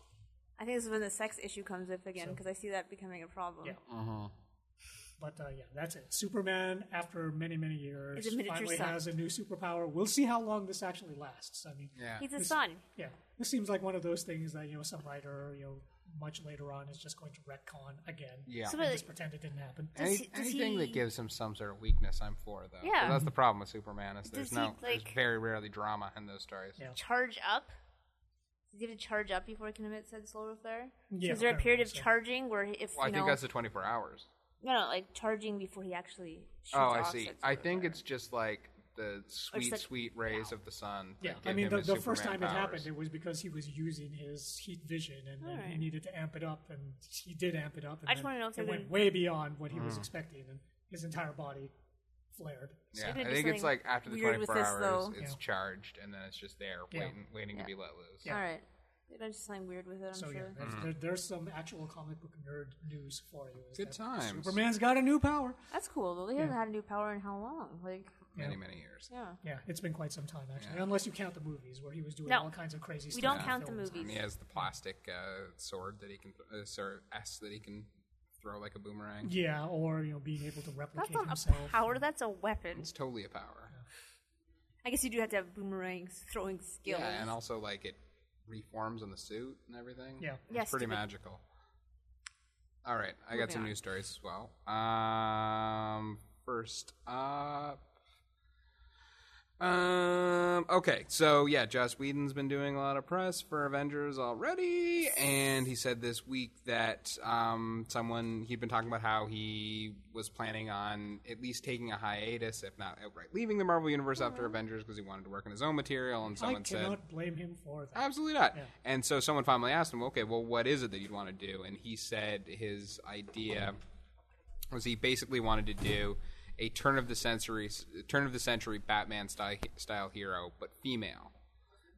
[SPEAKER 1] I think this is when the sex issue comes up again because I see that becoming a problem.
[SPEAKER 2] Yeah.
[SPEAKER 3] Uh-huh.
[SPEAKER 2] But uh, yeah, that's it. Superman, after many, many years,
[SPEAKER 1] Is a miniature
[SPEAKER 2] finally
[SPEAKER 1] sun.
[SPEAKER 2] has a new superpower. We'll see how long this actually lasts. I mean,
[SPEAKER 3] Yeah.
[SPEAKER 1] He's a
[SPEAKER 2] This-
[SPEAKER 1] son.
[SPEAKER 2] yeah, this seems like one of those things that you know some writer you know much later on is just going to retcon again.
[SPEAKER 3] Yeah.
[SPEAKER 1] So
[SPEAKER 2] And
[SPEAKER 1] wait,
[SPEAKER 2] just pretend it didn't happen.
[SPEAKER 1] Does
[SPEAKER 3] Any-
[SPEAKER 1] he- does
[SPEAKER 3] anything
[SPEAKER 1] he-
[SPEAKER 3] that gives him some sort of weakness, I'm for though. 'Cause
[SPEAKER 1] Yeah.
[SPEAKER 3] that's the problem with Superman is there's
[SPEAKER 1] Does he,
[SPEAKER 3] no, there's
[SPEAKER 1] like-
[SPEAKER 3] very rarely drama in those stories.
[SPEAKER 2] Yeah.
[SPEAKER 1] charge up? Does he have to charge up before he can emit said solar flare?
[SPEAKER 2] Yeah,
[SPEAKER 1] is there a
[SPEAKER 2] apparently
[SPEAKER 1] period of
[SPEAKER 2] so.
[SPEAKER 1] charging where if
[SPEAKER 3] Well, I
[SPEAKER 1] you
[SPEAKER 3] think
[SPEAKER 1] know,
[SPEAKER 3] that's the 24 hours.
[SPEAKER 1] no, no, like charging before he actually shoots
[SPEAKER 3] Oh, I
[SPEAKER 1] off
[SPEAKER 3] see.
[SPEAKER 1] said
[SPEAKER 3] I
[SPEAKER 1] solar
[SPEAKER 3] think
[SPEAKER 1] flare?
[SPEAKER 3] it's just like the sweet,
[SPEAKER 1] like-
[SPEAKER 3] sweet rays of the sun.
[SPEAKER 2] Yeah,
[SPEAKER 3] that
[SPEAKER 2] I
[SPEAKER 3] give
[SPEAKER 2] mean,
[SPEAKER 3] him
[SPEAKER 2] the,
[SPEAKER 3] his
[SPEAKER 2] the first time
[SPEAKER 3] Superman
[SPEAKER 2] it
[SPEAKER 3] powers.
[SPEAKER 2] happened, it was because he was using his heat vision, and then he
[SPEAKER 1] Alright.
[SPEAKER 2] needed to amp it up, and he did amp it up. And
[SPEAKER 1] I just
[SPEAKER 2] then
[SPEAKER 1] wanna know if they're
[SPEAKER 2] it went
[SPEAKER 1] gonna-
[SPEAKER 2] way beyond what he
[SPEAKER 3] Mm.
[SPEAKER 2] was expecting, and his entire body flared.
[SPEAKER 3] Yeah,
[SPEAKER 1] gonna
[SPEAKER 3] I
[SPEAKER 1] do
[SPEAKER 3] think it's
[SPEAKER 1] something
[SPEAKER 3] like after the
[SPEAKER 1] weird with
[SPEAKER 3] 24
[SPEAKER 1] this,
[SPEAKER 3] hours,
[SPEAKER 1] though.
[SPEAKER 3] it's
[SPEAKER 2] Yeah.
[SPEAKER 3] charged, and then it's just there
[SPEAKER 2] Yeah.
[SPEAKER 3] waiting, waiting
[SPEAKER 1] Yeah.
[SPEAKER 3] to be let loose.
[SPEAKER 1] All right. Did I just something weird with it? I'm
[SPEAKER 2] so
[SPEAKER 1] sure.
[SPEAKER 2] yeah, there's,
[SPEAKER 3] Mm.
[SPEAKER 2] there, there's some actual comic book nerd news for you. is
[SPEAKER 3] Good
[SPEAKER 2] that
[SPEAKER 3] times.
[SPEAKER 2] Superman's got a new power.
[SPEAKER 1] That's cool though. He hasn't had a new power in how long? Like,
[SPEAKER 3] Many, many years.
[SPEAKER 1] yeah.
[SPEAKER 2] Yeah, it's been quite some time actually,
[SPEAKER 3] Yeah.
[SPEAKER 2] unless you count the movies where he was doing
[SPEAKER 1] No,
[SPEAKER 2] all kinds of crazy
[SPEAKER 1] we
[SPEAKER 2] stuff.
[SPEAKER 1] don't
[SPEAKER 2] in
[SPEAKER 1] count the
[SPEAKER 2] films.
[SPEAKER 1] movies.
[SPEAKER 3] And he has the plastic uh, sword that he can, uh, sword S that he can throw like a boomerang.
[SPEAKER 2] Yeah, or you know, being able to
[SPEAKER 1] That's
[SPEAKER 2] replicate
[SPEAKER 1] not
[SPEAKER 2] himself.
[SPEAKER 1] a power. That's a weapon.
[SPEAKER 3] It's totally a power.
[SPEAKER 1] I guess you do have to have boomerangs throwing skills.
[SPEAKER 3] Yeah, and also like it reforms on the suit and everything.
[SPEAKER 2] Yeah.
[SPEAKER 3] it's
[SPEAKER 1] Yeah,
[SPEAKER 3] pretty
[SPEAKER 1] stupid.
[SPEAKER 3] magical. All right, I got
[SPEAKER 1] Moving
[SPEAKER 3] some
[SPEAKER 1] on.
[SPEAKER 3] news stories as well. Um, first up. Um. Okay. So yeah, Joss Whedon's been doing a lot of press for Avengers already, and he said this week that um someone he'd been talking about how he was planning on at least taking a hiatus, if not outright leaving the Marvel universe after Avengers, because he wanted to work on his own material. And
[SPEAKER 2] I
[SPEAKER 3] someone said,
[SPEAKER 2] cannot blame him for that.
[SPEAKER 3] Absolutely not.
[SPEAKER 2] Yeah.
[SPEAKER 3] And so someone finally asked him, okay, well, what is it that you'd want to do? And he said his idea was he basically wanted to do a turn of the century, turn of the century Batman style, style hero, but female.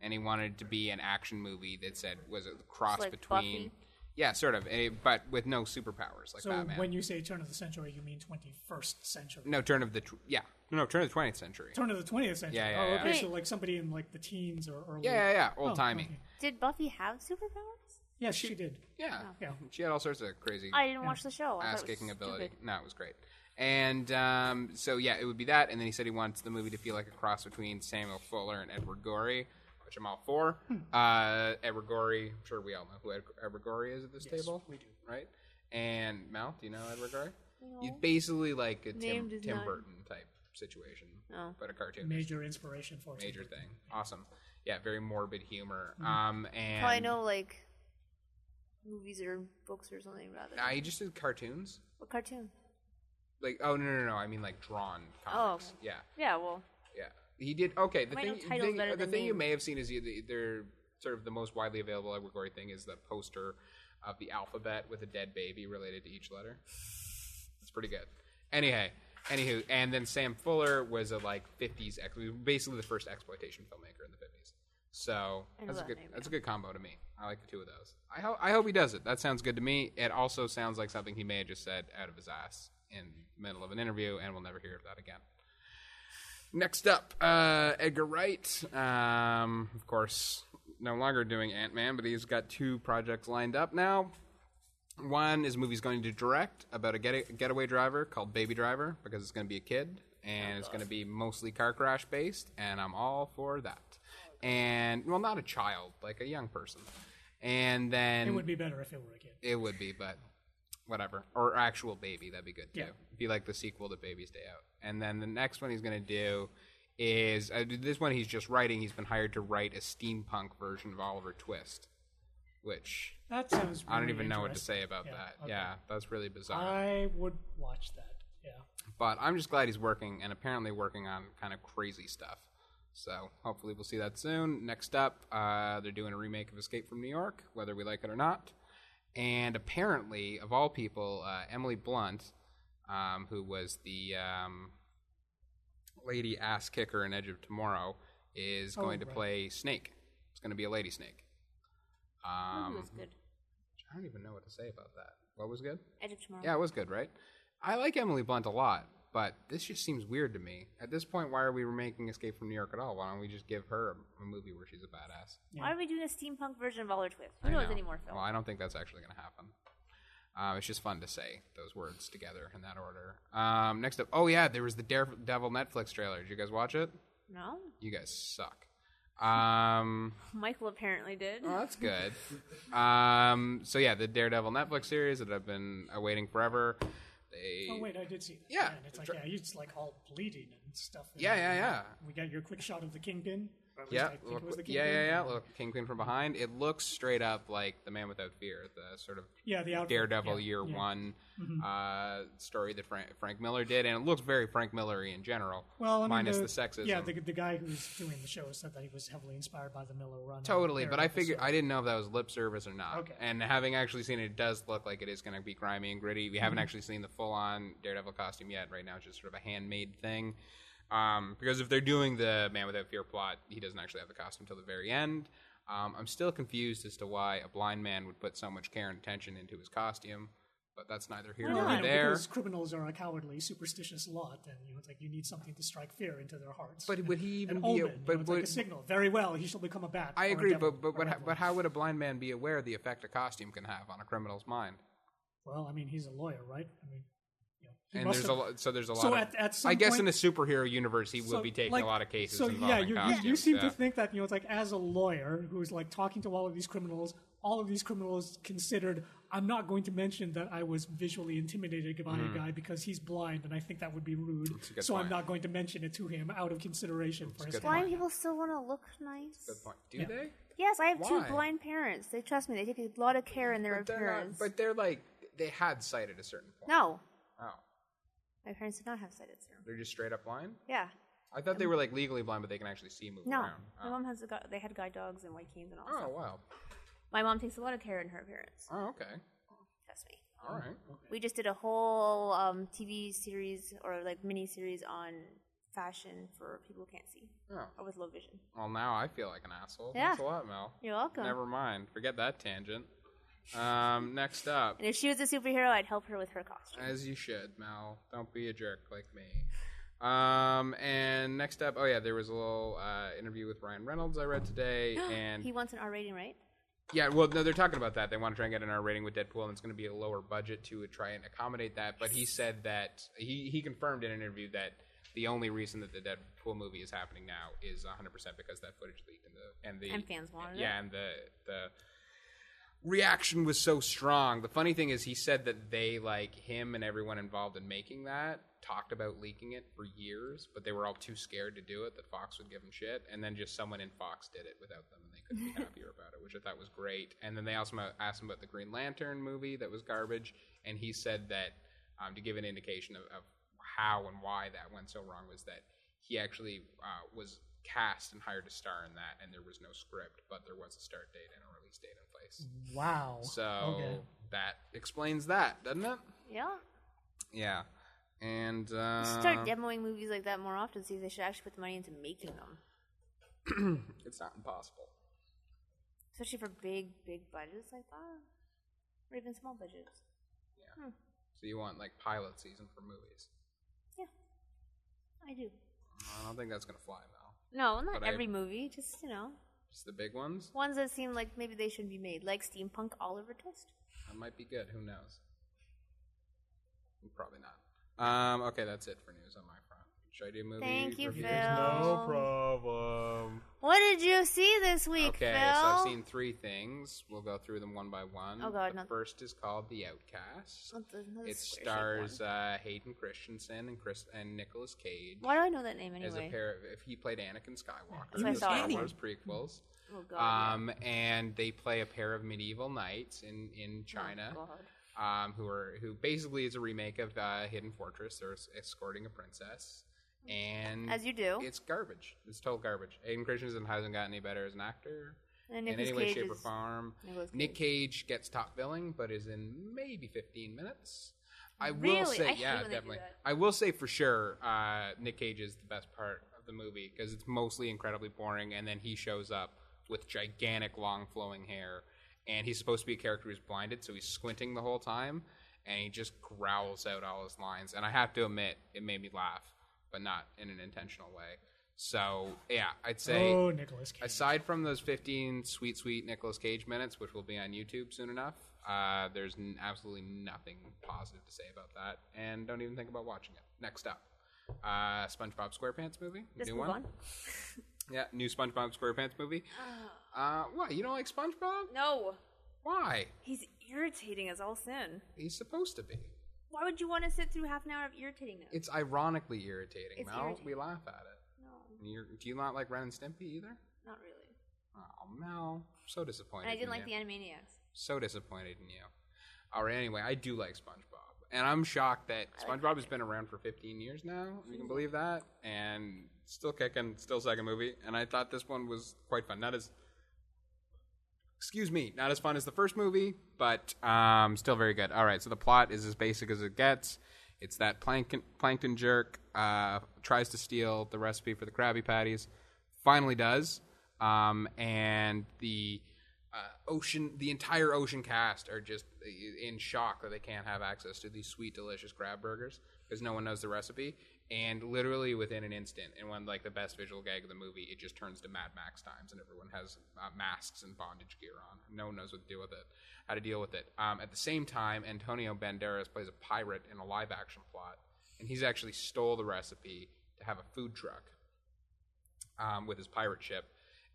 [SPEAKER 3] And he wanted it to be an action movie that said was a cross
[SPEAKER 1] Like
[SPEAKER 3] between,
[SPEAKER 1] Buffy?
[SPEAKER 3] yeah, sort of, eh, but with no superpowers like
[SPEAKER 2] So
[SPEAKER 3] Batman.
[SPEAKER 2] when you say turn of the century, you mean 21st century.
[SPEAKER 3] no turn of the tw- yeah, no turn of the twentieth century.
[SPEAKER 2] Turn of the 20th century.
[SPEAKER 3] Yeah, yeah,
[SPEAKER 2] oh,
[SPEAKER 3] yeah.
[SPEAKER 2] okay. So
[SPEAKER 1] Wait.
[SPEAKER 2] like somebody in like the teens or early.
[SPEAKER 3] Yeah, yeah, yeah,
[SPEAKER 2] Oh,
[SPEAKER 3] old timey.
[SPEAKER 2] okay.
[SPEAKER 1] Did Buffy have superpowers?
[SPEAKER 2] Yes, she, did.
[SPEAKER 3] Yeah.
[SPEAKER 2] Yeah.
[SPEAKER 3] she had all sorts of crazy.
[SPEAKER 1] I didn't watch the show. I thought it was
[SPEAKER 3] ass kicking ability.
[SPEAKER 1] stupid.
[SPEAKER 3] No, it was great. And um, so yeah, it would be that. And then he said he wants the movie to feel like a cross between Samuel Fuller and Edward Gorey, which I'm all for.
[SPEAKER 1] Hmm.
[SPEAKER 3] Uh, Edward Gorey, I'm sure we all know who Ed- Edward Gorey is at this table.
[SPEAKER 2] we do.
[SPEAKER 3] right? And Mel, do you know Edward Gorey? He's basically like a Tim,
[SPEAKER 1] Name does
[SPEAKER 3] Tim
[SPEAKER 1] not-
[SPEAKER 3] Burton type situation,
[SPEAKER 1] Oh.
[SPEAKER 3] but a cartoon
[SPEAKER 2] Major inspiration for it.
[SPEAKER 3] major thing. Awesome. Yeah, very morbid humor. Um, and
[SPEAKER 1] Hmm. Probably know like movies or books or something rather.
[SPEAKER 3] Nah, he just did cartoons.
[SPEAKER 1] What cartoon?
[SPEAKER 3] Like oh no no no, I mean like drawn
[SPEAKER 1] Oh.
[SPEAKER 3] comics. Yeah.
[SPEAKER 1] Yeah, well,
[SPEAKER 3] Yeah, he did. Okay, the
[SPEAKER 1] Might
[SPEAKER 3] thing,
[SPEAKER 1] know
[SPEAKER 3] the
[SPEAKER 1] titles
[SPEAKER 3] thing,
[SPEAKER 1] better
[SPEAKER 3] the
[SPEAKER 1] than
[SPEAKER 3] thing you
[SPEAKER 1] names.
[SPEAKER 3] may have seen is either they're sort of the most widely available Edward Gorey thing is the poster of the alphabet with a dead baby related to each letter. It's pretty good. Anyhow, anywho, and then Sam Fuller was a like '50s, ex- basically the first exploitation filmmaker in the '50s. So
[SPEAKER 1] I know
[SPEAKER 3] that's a
[SPEAKER 1] that
[SPEAKER 3] good
[SPEAKER 1] name,
[SPEAKER 3] that's a good combo to me. I like the two of those. I hope I hope he does it. That sounds good to me. It also sounds like something he may have just said out of his ass in the middle of an interview, and we'll never hear of that again. Next up, uh, Edgar Wright. Um, of course, no longer doing Ant Man, but he's got two projects lined up now. One is a movie he's going to direct about a get- getaway driver called Baby Driver because it's going to be a kid and it's going to be mostly car crash based, and I'm all for that. And well, not a child, like a young person. And then
[SPEAKER 2] It would be better if it were a kid.
[SPEAKER 3] it would be, but whatever. Or actual baby, that'd be good too.
[SPEAKER 2] Yeah.
[SPEAKER 3] Be like the sequel to Baby's Day Out. And then the next one he's gonna do is uh, this one he's just writing. He's been hired to write a steampunk version of Oliver Twist, which
[SPEAKER 2] That sounds.
[SPEAKER 3] I don't
[SPEAKER 2] really
[SPEAKER 3] even know what to
[SPEAKER 2] interesting.
[SPEAKER 3] say about
[SPEAKER 2] Yeah,
[SPEAKER 3] that.
[SPEAKER 2] okay.
[SPEAKER 3] Yeah, that's really bizarre.
[SPEAKER 2] I would watch that. Yeah.
[SPEAKER 3] but I'm just glad he's working and apparently working on kind of crazy stuff. So hopefully we'll see that soon. Next up, uh, they're doing a remake of Escape from New York, whether we like it or not. And apparently, of all people, uh, Emily Blunt, um, who was the um, lady ass kicker in Edge of Tomorrow, is
[SPEAKER 2] Oh,
[SPEAKER 3] going to
[SPEAKER 2] right.
[SPEAKER 3] play Snake. It's going to be a lady snake.
[SPEAKER 1] um,
[SPEAKER 2] Hmm.
[SPEAKER 3] Um,
[SPEAKER 1] was good.
[SPEAKER 3] I don't even know what to say about that. What was good?
[SPEAKER 1] Edge of Tomorrow.
[SPEAKER 3] Yeah, it was good, right? I like Emily Blunt a lot, but this just seems weird to me. At this point, why are we remaking Escape from New York at all? Why don't we just give her a, a movie where she's a badass?
[SPEAKER 1] Why are we doing a steampunk version of Oliver Twist?
[SPEAKER 3] I
[SPEAKER 1] Who knows
[SPEAKER 3] know.
[SPEAKER 1] anymore, Phil?
[SPEAKER 3] Well, I don't think that's actually going to happen. Um, it's just fun to say those words together in that order. Um, next up, oh yeah, there was the Daredevil Netflix trailer. Did you guys watch it?
[SPEAKER 1] no.
[SPEAKER 3] You guys suck.
[SPEAKER 1] [laughs]
[SPEAKER 3] Um,
[SPEAKER 1] Michael apparently did.
[SPEAKER 3] well, that's good. Um, so yeah, the Daredevil Netflix series that I've been awaiting forever. They,
[SPEAKER 2] Oh wait, I did see that.
[SPEAKER 3] Yeah.
[SPEAKER 2] and it's like yeah, he's like all bleeding and stuff. And
[SPEAKER 3] Yeah, yeah, yeah.
[SPEAKER 2] We got your quick shot of the kingpin. or at least
[SPEAKER 3] yeah,
[SPEAKER 2] I think
[SPEAKER 3] look-
[SPEAKER 2] it was the
[SPEAKER 3] yeah,
[SPEAKER 2] kingpin.
[SPEAKER 3] yeah, yeah. Look, Kingpin from behind. It looks straight up like the Man Without Fear, the sort of
[SPEAKER 2] Oh, Yeah, the outfit,
[SPEAKER 3] Daredevil
[SPEAKER 2] yeah,
[SPEAKER 3] Year
[SPEAKER 2] yeah. Mm-hmm.
[SPEAKER 3] One uh, story that Frank, Frank Miller did, and it looks very Frank Miller in general,
[SPEAKER 2] Well, I mean,
[SPEAKER 3] minus
[SPEAKER 2] the,
[SPEAKER 3] the, sexism.
[SPEAKER 2] Yeah, the, the guy who's doing the show said that he was heavily inspired by the Miller Run.
[SPEAKER 3] Totally, but I
[SPEAKER 2] Daredevil,
[SPEAKER 3] figured
[SPEAKER 2] so-
[SPEAKER 3] I didn't know if that was lip service or not.
[SPEAKER 2] Okay.
[SPEAKER 3] And having actually seen it, it does look like it is going to be grimy and gritty. We
[SPEAKER 2] Mm-hmm.
[SPEAKER 3] haven't actually seen the full-on Daredevil costume yet. Right now, it's just sort of a handmade thing. Um, because if they're doing the Man Without Fear plot, he doesn't actually have the costume till the very end. Um, I'm still confused as to why a blind man would put so much care and attention into his costume, but that's neither here nor
[SPEAKER 2] Well,
[SPEAKER 3] there.
[SPEAKER 2] Because criminals are a cowardly, superstitious lot, and you know, it's like you need something to strike fear into their hearts.
[SPEAKER 3] But would he even
[SPEAKER 2] An
[SPEAKER 3] be?
[SPEAKER 2] omen,
[SPEAKER 3] A,
[SPEAKER 2] you
[SPEAKER 3] but
[SPEAKER 2] know, it's
[SPEAKER 3] would,
[SPEAKER 2] like a signal. Very well, he shall become a bat.
[SPEAKER 3] I
[SPEAKER 2] or a
[SPEAKER 3] agree,
[SPEAKER 2] devil,
[SPEAKER 3] but but
[SPEAKER 2] or
[SPEAKER 3] but,
[SPEAKER 2] a
[SPEAKER 3] how,
[SPEAKER 2] devil.
[SPEAKER 3] but how would a blind man be aware of the effect a costume can have on a criminal's mind?
[SPEAKER 2] Well, I mean, he's a lawyer, right? I mean, you know, he
[SPEAKER 3] and
[SPEAKER 2] must
[SPEAKER 3] there's a
[SPEAKER 2] have-
[SPEAKER 3] lot, so there's a lot.
[SPEAKER 2] So
[SPEAKER 3] of,
[SPEAKER 2] at- at some
[SPEAKER 3] I guess
[SPEAKER 2] point-
[SPEAKER 3] in a superhero universe, he will
[SPEAKER 2] so,
[SPEAKER 3] be taking
[SPEAKER 2] like-
[SPEAKER 3] a lot of cases.
[SPEAKER 2] So
[SPEAKER 3] involving
[SPEAKER 2] yeah, you,
[SPEAKER 3] costumes,
[SPEAKER 2] you, you seem
[SPEAKER 3] yeah.
[SPEAKER 2] to think that you know it's like as a lawyer who's like talking to all of these criminals, all of these criminals considered. I'm not going to mention that I was visually intimidated by a guy because he's blind, and I think that would be rude.
[SPEAKER 3] Mm. a good
[SPEAKER 2] So
[SPEAKER 3] point.
[SPEAKER 2] I'm not going to mention it to him out of consideration for his
[SPEAKER 3] good
[SPEAKER 2] health.
[SPEAKER 3] point.
[SPEAKER 1] Blind people still want to look nice.
[SPEAKER 3] Good point. Do
[SPEAKER 2] Yeah.
[SPEAKER 3] they?
[SPEAKER 1] Yes, I have two
[SPEAKER 3] Why?
[SPEAKER 1] blind parents. They trust me. They take a lot of care in their
[SPEAKER 3] But they're,
[SPEAKER 1] appearance.
[SPEAKER 3] not, but they're like they had sight at a certain point.
[SPEAKER 1] no,
[SPEAKER 3] Oh,
[SPEAKER 1] my parents did not have sighted serum.
[SPEAKER 3] they're just straight up blind.
[SPEAKER 1] Yeah,
[SPEAKER 3] I thought they were like legally blind, but they can actually see moving
[SPEAKER 1] no.
[SPEAKER 3] around.
[SPEAKER 1] My
[SPEAKER 3] Oh.
[SPEAKER 1] mom has a gu- they had guide dogs and white canes and all. that
[SPEAKER 3] oh
[SPEAKER 1] stuff.
[SPEAKER 3] wow.
[SPEAKER 1] My mom takes a lot of care in her appearance.
[SPEAKER 3] Oh okay.
[SPEAKER 1] Trust me.
[SPEAKER 3] All right.
[SPEAKER 1] We just did a whole um, TV series or like mini series on fashion for people who can't see
[SPEAKER 3] Oh.
[SPEAKER 1] or with low vision.
[SPEAKER 3] Well, now I feel like an asshole.
[SPEAKER 1] Yeah.
[SPEAKER 3] Thanks a lot, Mel.
[SPEAKER 1] You're welcome.
[SPEAKER 3] Never mind. Forget that tangent. Um, next up,
[SPEAKER 1] And if she was a superhero, I'd help her with her costume.
[SPEAKER 3] As you should, Mal. Don't be a jerk like me. Um, and next up, oh yeah, there was a little uh, interview with Ryan Reynolds I read today,
[SPEAKER 1] [gasps]
[SPEAKER 3] and
[SPEAKER 1] he wants an R rating, right?
[SPEAKER 3] yeah, well, no, they're talking about that. They want to try and get an R rating with Deadpool, and it's going to be a lower budget to try and accommodate that. But he said that he he confirmed in an interview that the only reason that the Deadpool movie is happening now is 100 percent because that footage leaked and the and the
[SPEAKER 1] And fans wanted
[SPEAKER 3] yeah, and the the reaction was so strong. The funny thing is, he said that they like him and everyone involved in making that talked about leaking it for years, but they were all too scared to do it that Fox would give them shit, and then just someone in Fox did it without them, and they couldn't be happier about it, which I thought was great. And then they also ma- asked him about the Green Lantern movie that was garbage, and he said that um, to give an indication of, of how and why that went so wrong was that he actually uh, was cast and hired to star in that, and there was no script, but there was a start date and a release date in place.
[SPEAKER 2] Wow.
[SPEAKER 3] So
[SPEAKER 2] Okay.
[SPEAKER 3] that explains that, doesn't it?
[SPEAKER 1] Yeah.
[SPEAKER 3] Yeah. And
[SPEAKER 1] We
[SPEAKER 3] uh,
[SPEAKER 1] should
[SPEAKER 3] [clears throat]
[SPEAKER 1] start demoing movies like that more often. See if they should actually put the money into making them,
[SPEAKER 3] it's not impossible.
[SPEAKER 1] especially for big, big budgets like that, or even small budgets.
[SPEAKER 3] So you want like pilot season for movies?
[SPEAKER 1] Yeah, I do.
[SPEAKER 3] I don't think that's gonna fly, Mel.
[SPEAKER 1] No, not
[SPEAKER 3] But I-
[SPEAKER 1] every movie. Just you know,
[SPEAKER 3] Just the big ones.
[SPEAKER 1] ones that seem like maybe they shouldn't be made, like steampunk Oliver Twist.
[SPEAKER 3] That might be good. Who knows? Probably not. Um, okay, that's it for news on my front. Should I do movie?
[SPEAKER 1] Thank you,
[SPEAKER 3] reviews?
[SPEAKER 1] Phil. No
[SPEAKER 4] problem.
[SPEAKER 1] What did you see this week,
[SPEAKER 3] Okay,
[SPEAKER 1] Phil?
[SPEAKER 3] so I've seen three things. We'll go through them one by one.
[SPEAKER 1] Oh, God,
[SPEAKER 3] the
[SPEAKER 1] not-
[SPEAKER 3] first is called The Outcast.
[SPEAKER 1] Not the- not the
[SPEAKER 3] It
[SPEAKER 1] square-shaped
[SPEAKER 3] stars
[SPEAKER 1] one.
[SPEAKER 3] uh, Hayden Christensen and Chris and Nicolas Cage
[SPEAKER 1] Why do I know that name
[SPEAKER 3] as a
[SPEAKER 1] anyway?
[SPEAKER 3] pair. Of, if he played Anakin Skywalker
[SPEAKER 1] That's what
[SPEAKER 3] in
[SPEAKER 1] I
[SPEAKER 3] the
[SPEAKER 1] thought.
[SPEAKER 3] Star
[SPEAKER 1] Annie.
[SPEAKER 3] Wars prequels,
[SPEAKER 1] Oh God. yeah.
[SPEAKER 3] um, and they play a pair of medieval knights in in
[SPEAKER 1] Oh,
[SPEAKER 3] China
[SPEAKER 1] God.
[SPEAKER 3] um, who are who basically is a remake of uh, Hidden Fortress. They're s- escorting a princess, and
[SPEAKER 1] Mm. As you do.
[SPEAKER 3] Mm, it's garbage. It's total garbage. Aiden Christensen hasn't gotten any better as an actor
[SPEAKER 1] And
[SPEAKER 3] in
[SPEAKER 1] Nicolas
[SPEAKER 3] any way,
[SPEAKER 1] Cage
[SPEAKER 3] shape, or
[SPEAKER 1] is- [laughs]
[SPEAKER 3] form.
[SPEAKER 1] Nicolas
[SPEAKER 3] Nick Cage gets top billing, but is in maybe 15 minutes. I will
[SPEAKER 1] Really?
[SPEAKER 3] say,
[SPEAKER 1] I hate
[SPEAKER 3] yeah,
[SPEAKER 1] when they do
[SPEAKER 3] definitely.
[SPEAKER 1] that.
[SPEAKER 3] I will say for sure, uh, Nick Cage is the best part of the movie because it's mostly incredibly boring, and then he shows up with gigantic, long, flowing hair, and he's supposed to be a character who's blinded, so he's squinting the whole time, and he just growls out all his lines. And I have to admit, it made me laugh, but not in an intentional way. So yeah, I'd say
[SPEAKER 2] oh, Nicholas Cage.
[SPEAKER 3] aside from those 15 sweet sweet Nicolas Cage minutes which will be on YouTube soon enough uh, there's n- absolutely nothing positive to say about that and don't even think about watching it next up uh, SpongeBob SquarePants movie
[SPEAKER 1] [laughs] Let's
[SPEAKER 3] new
[SPEAKER 1] move
[SPEAKER 3] one
[SPEAKER 1] on.
[SPEAKER 3] Yeah, new SpongeBob SquarePants
[SPEAKER 1] [gasps]
[SPEAKER 3] movie. Uh, what? You don't like SpongeBob?
[SPEAKER 1] No,
[SPEAKER 3] Why?
[SPEAKER 1] he's irritating as all sin.
[SPEAKER 3] He's supposed to be.
[SPEAKER 1] Why would you want to sit through half an hour of irritatingness?
[SPEAKER 3] It's ironically irritating.
[SPEAKER 1] It's
[SPEAKER 3] Mel, we
[SPEAKER 1] irritating.
[SPEAKER 3] laugh at it.
[SPEAKER 1] no,
[SPEAKER 3] And You're, do you not like Ren and Stimpy either?
[SPEAKER 1] not really.
[SPEAKER 3] Oh, Mel, so disappointed.
[SPEAKER 1] And I didn't
[SPEAKER 3] in
[SPEAKER 1] like
[SPEAKER 3] you.
[SPEAKER 1] the Animaniacs.
[SPEAKER 3] so disappointed in you. All right, anyway, I do like SpongeBob, and I'm shocked that SpongeBob has been around for 15 years now. If you can believe that, and still kicking, still second movie. And I thought this one was quite fun. Not as, excuse me, not as fun as the first movie, but um, still very good. All right, so the plot is as basic as it gets. It's that plankton, plankton jerk uh, tries to steal the recipe for the Krabby Patties, finally does, um, and the uh, ocean, the entire ocean cast are just i- in shock that they can't have access to these sweet, delicious crab burgers because no one knows the recipe. And literally within an instant, and one like the best visual gag of the movie, it just turns to Mad Max times, and everyone has uh, masks and bondage gear on. No one knows what to do with it, how to deal with it. Um, at the same time, Antonio Banderas plays a pirate in a live action plot, and he's actually stole the recipe to have a food truck um, with his pirate ship.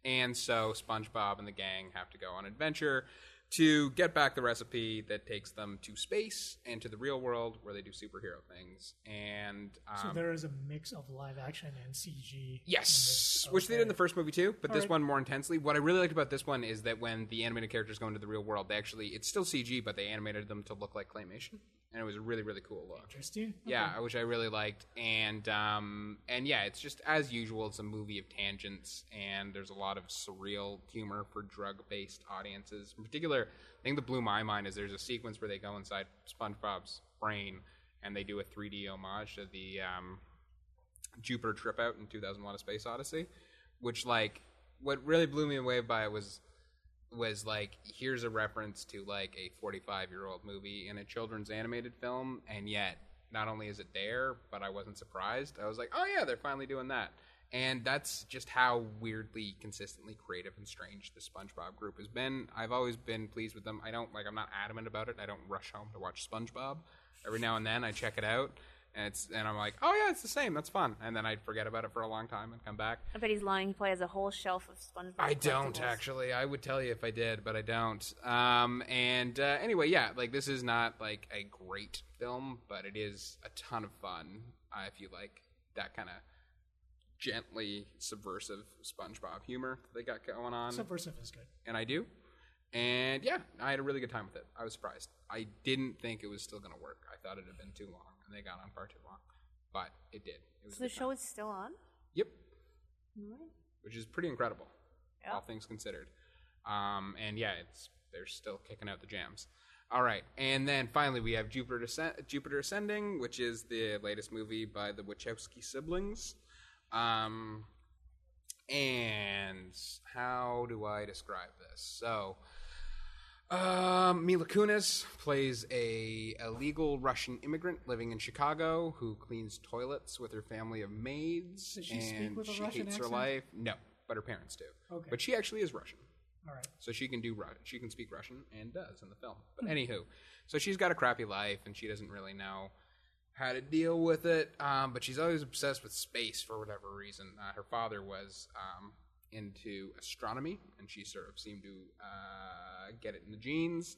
[SPEAKER 3] And so SpongeBob and the gang have to go on an adventure to get back the recipe that takes them to space and to the real world where they do superhero things. And
[SPEAKER 2] So
[SPEAKER 3] um,
[SPEAKER 2] there is a mix of live action and CG.
[SPEAKER 3] Yes,
[SPEAKER 2] in this.
[SPEAKER 3] which they did in the
[SPEAKER 2] Okay.
[SPEAKER 3] first movie too, but this
[SPEAKER 2] Alright.
[SPEAKER 3] one more intensely. What I really liked about this one is that when the animated characters go into the real world, they actually it's still CG, but they animated them to look like claymation, and it was a really really cool look.
[SPEAKER 2] Interesting.
[SPEAKER 3] Yeah, which I really liked, and um, and yeah, it's just as usual. It's a movie of tangents, and there's a lot of surreal humor for drug-based audiences. In particular, I think that blew my mind is there's a sequence where they go inside SpongeBob's brain, and they do a 3D homage to the um, Jupiter trip out in 2001: A Space Odyssey, which like what really blew me away by it was was like here's a reference to like a 45 year old movie in a children's animated film and yet not only is it there but i wasn't surprised i was like oh yeah they're finally doing that and that's just how weirdly consistently creative and strange the spongebob group has been i've always been pleased with them i don't like i'm not adamant about it i don't rush home to watch spongebob every now and then i check it out and it's and i'm like oh yeah it's the same that's fun and then i'd forget about it for a long time and come back
[SPEAKER 1] I bet he's lying. He probably has a whole shelf of SpongeBob.
[SPEAKER 3] I don't
[SPEAKER 1] collectibles.
[SPEAKER 3] actually. I would tell you if I did, but I don't. Um, and uh, anyway, yeah, like this is not like a great film, but it is a ton of fun uh, if you like that kind of gently subversive SpongeBob humor that they got going on
[SPEAKER 2] Subversive is good.
[SPEAKER 3] and I do. And yeah, I had a really good time with it. I was surprised. I didn't think it was still going to work. I thought it had been too long, and they got on far too long, but it did. It was a
[SPEAKER 1] So the
[SPEAKER 3] good time.
[SPEAKER 1] show is still on.
[SPEAKER 3] Yep,
[SPEAKER 1] Alright.
[SPEAKER 3] which is pretty incredible,
[SPEAKER 1] Yeah.
[SPEAKER 3] all things considered. Um, and yeah, it's they're still kicking out the jams. All right, and then finally we have Jupiter Ascend- Jupiter Ascending, which is the latest movie by the Wachowski siblings. Um, and how do I describe this? So, um, Mila Kunis plays a illegal Russian immigrant living in Chicago who cleans toilets with her family of maids.
[SPEAKER 2] Does she
[SPEAKER 3] and
[SPEAKER 2] speak with a
[SPEAKER 3] she
[SPEAKER 2] Russian
[SPEAKER 3] hates her
[SPEAKER 2] accent?
[SPEAKER 3] life. No, but her parents do.
[SPEAKER 2] Okay.
[SPEAKER 3] But she actually is Russian.
[SPEAKER 2] All right.
[SPEAKER 3] So she can do Ru- she can speak Russian and does in the film. But anywho, so she's got a crappy life and she doesn't really know how to deal with it. Um, but she's always obsessed with space for whatever reason. Uh, her father was um, into astronomy and she sort of seemed to uh, get it in the genes.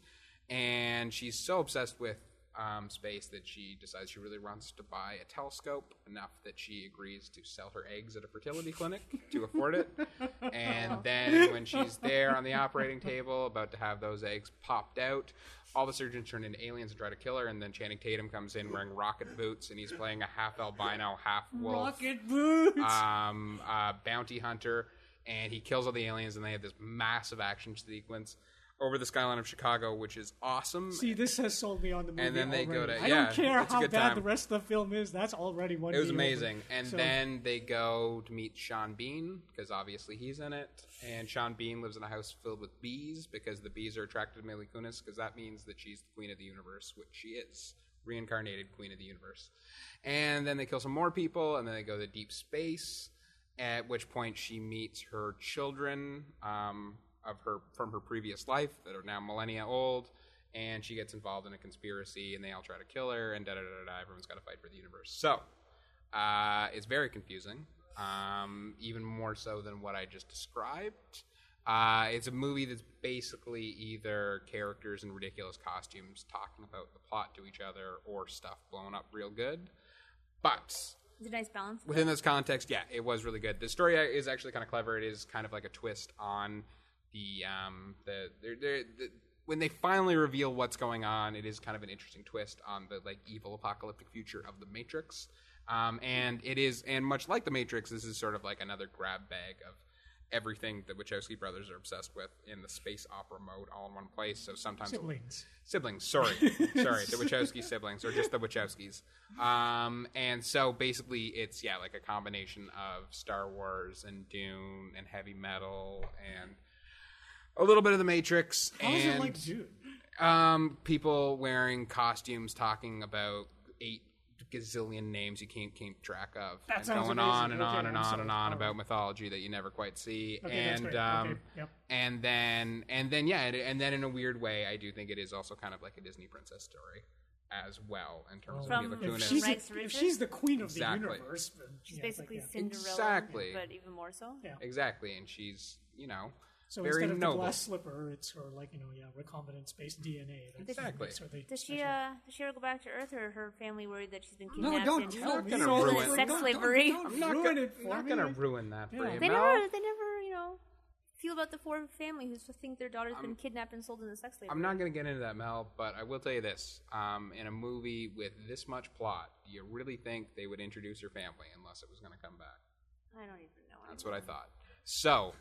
[SPEAKER 3] And she's so obsessed with um, space that she decides she really wants to buy a telescope enough that she agrees to sell her eggs at a fertility clinic to afford it. And then when she's there on the operating table, about to have those eggs popped out, all the surgeons turn into aliens and try to kill her. And then Channing Tatum comes in wearing rocket boots, and he's playing a half albino, half wolf
[SPEAKER 2] Rocket boots.
[SPEAKER 3] um, uh, bounty hunter, and he kills all the aliens, and they have this massive action sequence over the skyline of Chicago, which is awesome.
[SPEAKER 2] See, this has sold me on the movie.
[SPEAKER 3] And then they go
[SPEAKER 2] already.
[SPEAKER 3] to-
[SPEAKER 2] I
[SPEAKER 3] yeah,
[SPEAKER 2] don't care
[SPEAKER 3] it's a
[SPEAKER 2] how
[SPEAKER 3] good
[SPEAKER 2] bad
[SPEAKER 3] time.
[SPEAKER 2] the rest of the film is. That's already one.
[SPEAKER 3] It was
[SPEAKER 2] deal.
[SPEAKER 3] amazing. And
[SPEAKER 2] So-
[SPEAKER 3] then they go to meet Sean Bean because obviously he's in it. And Sean Bean lives in a house filled with bees because the bees are attracted to Mila Kunis because that means that she's the queen of the universe, which she is. Reincarnated queen of the universe. And then they kill some more people and then they go to deep space, at which point she meets her children um, of her from her previous life that are now millennia old. And she gets involved in a conspiracy, and they all try to kill her, and da da da da. da. Everyone's got to fight for the universe. So, uh, it's very confusing. Um, even more so than what I just described. Uh, it's a movie that's basically either characters in ridiculous costumes talking about the plot to each other or stuff blown up real good. But
[SPEAKER 1] It's a nice balance.
[SPEAKER 3] within this context, yeah, it was really good. The story is actually kind of clever. It is kind of like a twist on the um the they're, they're, the when they finally reveal what's going on, it is kind of an interesting twist on the like evil apocalyptic future of the Matrix. Um, and it is, and much like the Matrix, this is sort of like another grab bag of everything the Wachowski brothers are obsessed with in the space opera mode, all in one place. So sometimes
[SPEAKER 2] Siblings.
[SPEAKER 3] siblings. Sorry,
[SPEAKER 2] [laughs]
[SPEAKER 3] sorry, the Wachowski siblings, or just the Wachowskis. Um, and so basically, it's yeah, like a combination of Star Wars and Dune and heavy metal and a little bit of the Matrix
[SPEAKER 2] How
[SPEAKER 3] and
[SPEAKER 2] is it like Dune?
[SPEAKER 3] um, people wearing costumes talking about eight gazillion names you can't keep track of,
[SPEAKER 2] That
[SPEAKER 3] and
[SPEAKER 2] sounds
[SPEAKER 3] going on and
[SPEAKER 2] amazing. Okay,
[SPEAKER 3] on and
[SPEAKER 2] I'm
[SPEAKER 3] on
[SPEAKER 2] sold.
[SPEAKER 3] and on
[SPEAKER 2] All
[SPEAKER 3] about
[SPEAKER 2] right.
[SPEAKER 3] mythology that you never quite see,
[SPEAKER 2] Okay, that's
[SPEAKER 3] and
[SPEAKER 2] great.
[SPEAKER 3] um,
[SPEAKER 2] Okay, yep.
[SPEAKER 3] and then and then yeah, and- and then in a weird way, I do think it is also kind of like a Disney princess story as well in terms
[SPEAKER 1] From-
[SPEAKER 3] of
[SPEAKER 1] If
[SPEAKER 3] Mila
[SPEAKER 2] If
[SPEAKER 3] Kunis.
[SPEAKER 2] she's,
[SPEAKER 1] Rights
[SPEAKER 2] if
[SPEAKER 1] Reserved?
[SPEAKER 2] she's the queen of the
[SPEAKER 3] Exactly.
[SPEAKER 2] universe, then
[SPEAKER 1] It's
[SPEAKER 2] yeah, it's like,
[SPEAKER 1] basically
[SPEAKER 2] yeah.
[SPEAKER 1] Cinderella,
[SPEAKER 3] Exactly.
[SPEAKER 1] but even more so.
[SPEAKER 2] Yeah.
[SPEAKER 3] Exactly, and she's you know
[SPEAKER 2] So
[SPEAKER 3] very
[SPEAKER 2] instead of
[SPEAKER 3] noble.
[SPEAKER 2] the glass slipper, it's her like you know yeah recombinant space DNA. That's
[SPEAKER 3] Exactly.
[SPEAKER 2] Makes her the
[SPEAKER 1] Does she
[SPEAKER 2] special-
[SPEAKER 1] uh does she ever go back to Earth or her family worried that she's been
[SPEAKER 3] No,
[SPEAKER 1] kidnapped
[SPEAKER 3] don't
[SPEAKER 1] and
[SPEAKER 3] tell
[SPEAKER 1] sold-
[SPEAKER 3] me.
[SPEAKER 1] sold
[SPEAKER 3] Don't-
[SPEAKER 1] as
[SPEAKER 3] don't-
[SPEAKER 1] sex
[SPEAKER 3] don't-
[SPEAKER 1] slavery?
[SPEAKER 3] I'm not
[SPEAKER 2] Ruin
[SPEAKER 3] gonna,
[SPEAKER 2] it for
[SPEAKER 3] not
[SPEAKER 2] me.
[SPEAKER 3] gonna ruin that for
[SPEAKER 2] Yeah.
[SPEAKER 3] you.
[SPEAKER 1] They
[SPEAKER 3] Mel.
[SPEAKER 1] never they never, you know, feel about the Ford family who think their daughter's been kidnapped and sold into sex slavery.
[SPEAKER 3] I'm not going to get into that, Mel, but I will tell you this. Um, in a movie with this much plot, do you really think they would introduce her family unless it was going to come back?
[SPEAKER 1] I don't even know.
[SPEAKER 3] That's what I thought. So,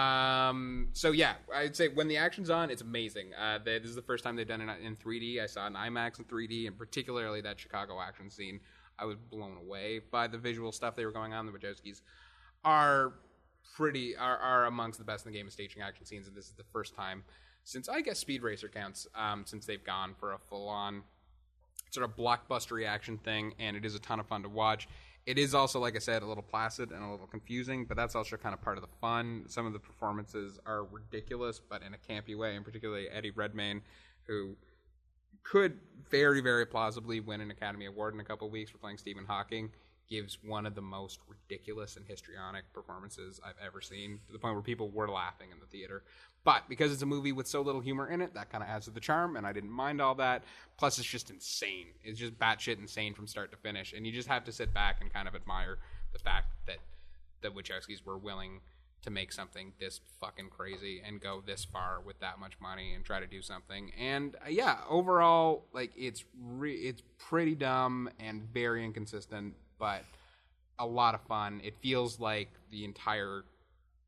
[SPEAKER 3] um, so yeah, I'd say when the action's on, it's amazing. Uh, they, this is the first time they've done it in 3D. I saw an IMAX in 3D, and particularly that Chicago action scene. I was blown away by the visual stuff they were going on. The Wachowskis are pretty are, are amongst the best in the game of staging action scenes, and this is the first time since I guess Speed Racer counts um, since they've gone for a full on sort of blockbuster reaction thing, and it is a ton of fun to watch. It is also, like I said, a little placid and a little confusing, but that's also kind of part of the fun. Some of the performances are ridiculous, but in a campy way, and particularly Eddie Redmayne, who could very, very plausibly win an Academy Award in a couple weeks for playing Stephen Hawking, gives one of the most ridiculous and histrionic performances I've ever seen, to the point where people were laughing in the theater. But because it's a movie with so little humor in it, that kind of adds to the charm, and I didn't mind all that. Plus, it's just insane. It's just batshit insane from start to finish, and you just have to sit back and kind of admire the fact that the Wachowskis were willing to make something this fucking crazy and go this far with that much money and try to do something. And uh, yeah, overall, like it's re- it's pretty dumb and very inconsistent, but a lot of fun. It feels like the entire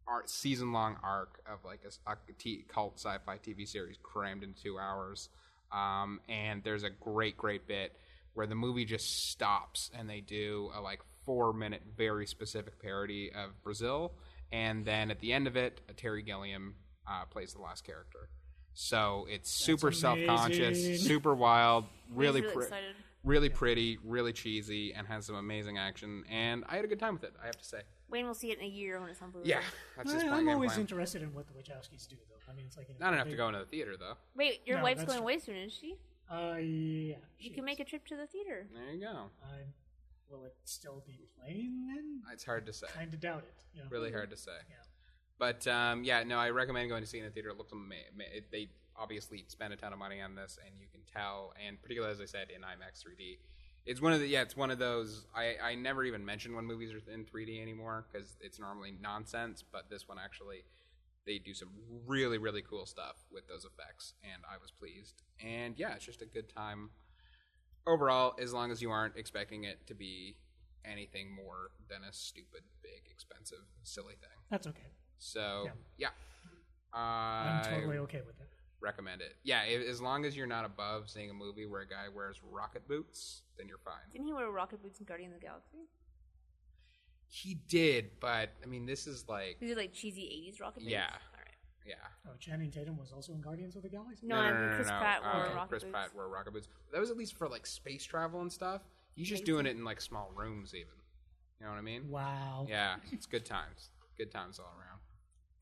[SPEAKER 3] art season long arc of like a s- a, t- cult sci fi TV series crammed in two hours. Um, and there's a great, great bit where the movie just stops and they do a like four minute, very specific parody of Brazil. And then at the end of it, Terry Gilliam uh, plays the last character. So it's super self
[SPEAKER 2] amazing.
[SPEAKER 3] conscious, super
[SPEAKER 2] [laughs]
[SPEAKER 3] wild, really,
[SPEAKER 1] really
[SPEAKER 3] pre-
[SPEAKER 1] excited.
[SPEAKER 3] really pretty, really cheesy, and has some amazing action. And I had a good time with it. I have to say.
[SPEAKER 1] Wayne will see it in a year when it's on Blu-ray.
[SPEAKER 3] Yeah, that's his
[SPEAKER 2] I,
[SPEAKER 3] point.
[SPEAKER 2] I'm
[SPEAKER 3] game
[SPEAKER 2] always
[SPEAKER 3] plan.
[SPEAKER 2] interested in what the Wachowskis do, though. I mean, it's like you know,
[SPEAKER 3] Not enough
[SPEAKER 2] they-
[SPEAKER 3] to go into the theater though.
[SPEAKER 1] Wait, your
[SPEAKER 2] No,
[SPEAKER 1] wife's
[SPEAKER 2] that's
[SPEAKER 1] going
[SPEAKER 2] true.
[SPEAKER 1] away soon, isn't she?
[SPEAKER 2] Uh, yeah.
[SPEAKER 1] She can make a trip to the theater.
[SPEAKER 3] There you go.
[SPEAKER 2] I'm, will it still be playing then?
[SPEAKER 3] It's hard to say.
[SPEAKER 2] Kind of doubt it. You know?
[SPEAKER 3] Really hard to say.
[SPEAKER 2] Yeah.
[SPEAKER 3] But um, yeah, no, I recommend going to see it in the theater. It looks ama- ama- it- They obviously spend a ton of money on this, and you can tell. And particularly, as I said, in IMAX 3D, it's one of the yeah, it's one of those. I, I never even mention when movies are in 3D anymore because it's normally nonsense. But this one actually, they do some really really cool stuff with those effects, and I was pleased. And yeah, it's just a good time overall. As long as you aren't expecting it to be anything more than a stupid, big, expensive, silly thing.
[SPEAKER 2] That's okay.
[SPEAKER 3] So yeah,
[SPEAKER 2] I'm
[SPEAKER 3] I
[SPEAKER 2] totally okay with it.
[SPEAKER 3] recommend it. Yeah, i as long as you're not above seeing a movie where a guy wears rocket boots, then you're fine.
[SPEAKER 1] Didn't he wear rocket boots in Guardians of the Galaxy?
[SPEAKER 3] He did, but I mean, this is like
[SPEAKER 1] These are like cheesy '80s rocket boots.
[SPEAKER 3] Yeah.
[SPEAKER 1] All right.
[SPEAKER 3] yeah.
[SPEAKER 2] Oh, Channing Tatum was also in Guardians of the Galaxy.
[SPEAKER 1] No, I mean, Chris Pratt wore
[SPEAKER 3] Uh,
[SPEAKER 1] rocket
[SPEAKER 3] Chris
[SPEAKER 1] boots.
[SPEAKER 3] Pratt wore rocket boots. That was at least for like space travel and stuff. He's just doing it in like small rooms, even. You know what I mean?
[SPEAKER 2] Wow.
[SPEAKER 3] Yeah, it's good times. Good times all around.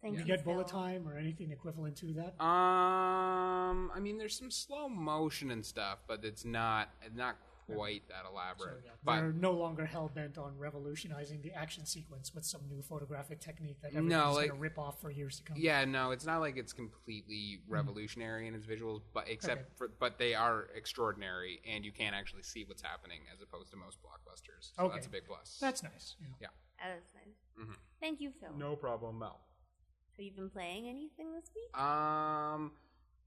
[SPEAKER 1] Thank
[SPEAKER 2] Did
[SPEAKER 1] you.
[SPEAKER 2] you get bullet
[SPEAKER 1] Phil.
[SPEAKER 2] time or anything equivalent to that?
[SPEAKER 3] Um, I mean, there's some slow motion and stuff, but it's not not quite that elaborate.
[SPEAKER 2] So, yeah,
[SPEAKER 3] but
[SPEAKER 2] they're no longer hell bent on revolutionizing the action sequence with some new photographic technique that everybody's
[SPEAKER 3] No,
[SPEAKER 2] going to
[SPEAKER 3] like-
[SPEAKER 2] rip off for years to come.
[SPEAKER 3] Yeah, no, it's not like it's completely revolutionary in its visuals, but except
[SPEAKER 2] Mm-hmm. Okay.
[SPEAKER 3] for but they are extraordinary, and you can actually see what's happening as opposed to most blockbusters. So
[SPEAKER 2] Okay.
[SPEAKER 3] that's a big plus.
[SPEAKER 2] that's nice. Yeah.
[SPEAKER 3] yeah,
[SPEAKER 1] That was nice. Thank you, Phil.
[SPEAKER 3] Mm-hmm. no problem, Mel.
[SPEAKER 1] Have you been playing anything this week?
[SPEAKER 3] Um,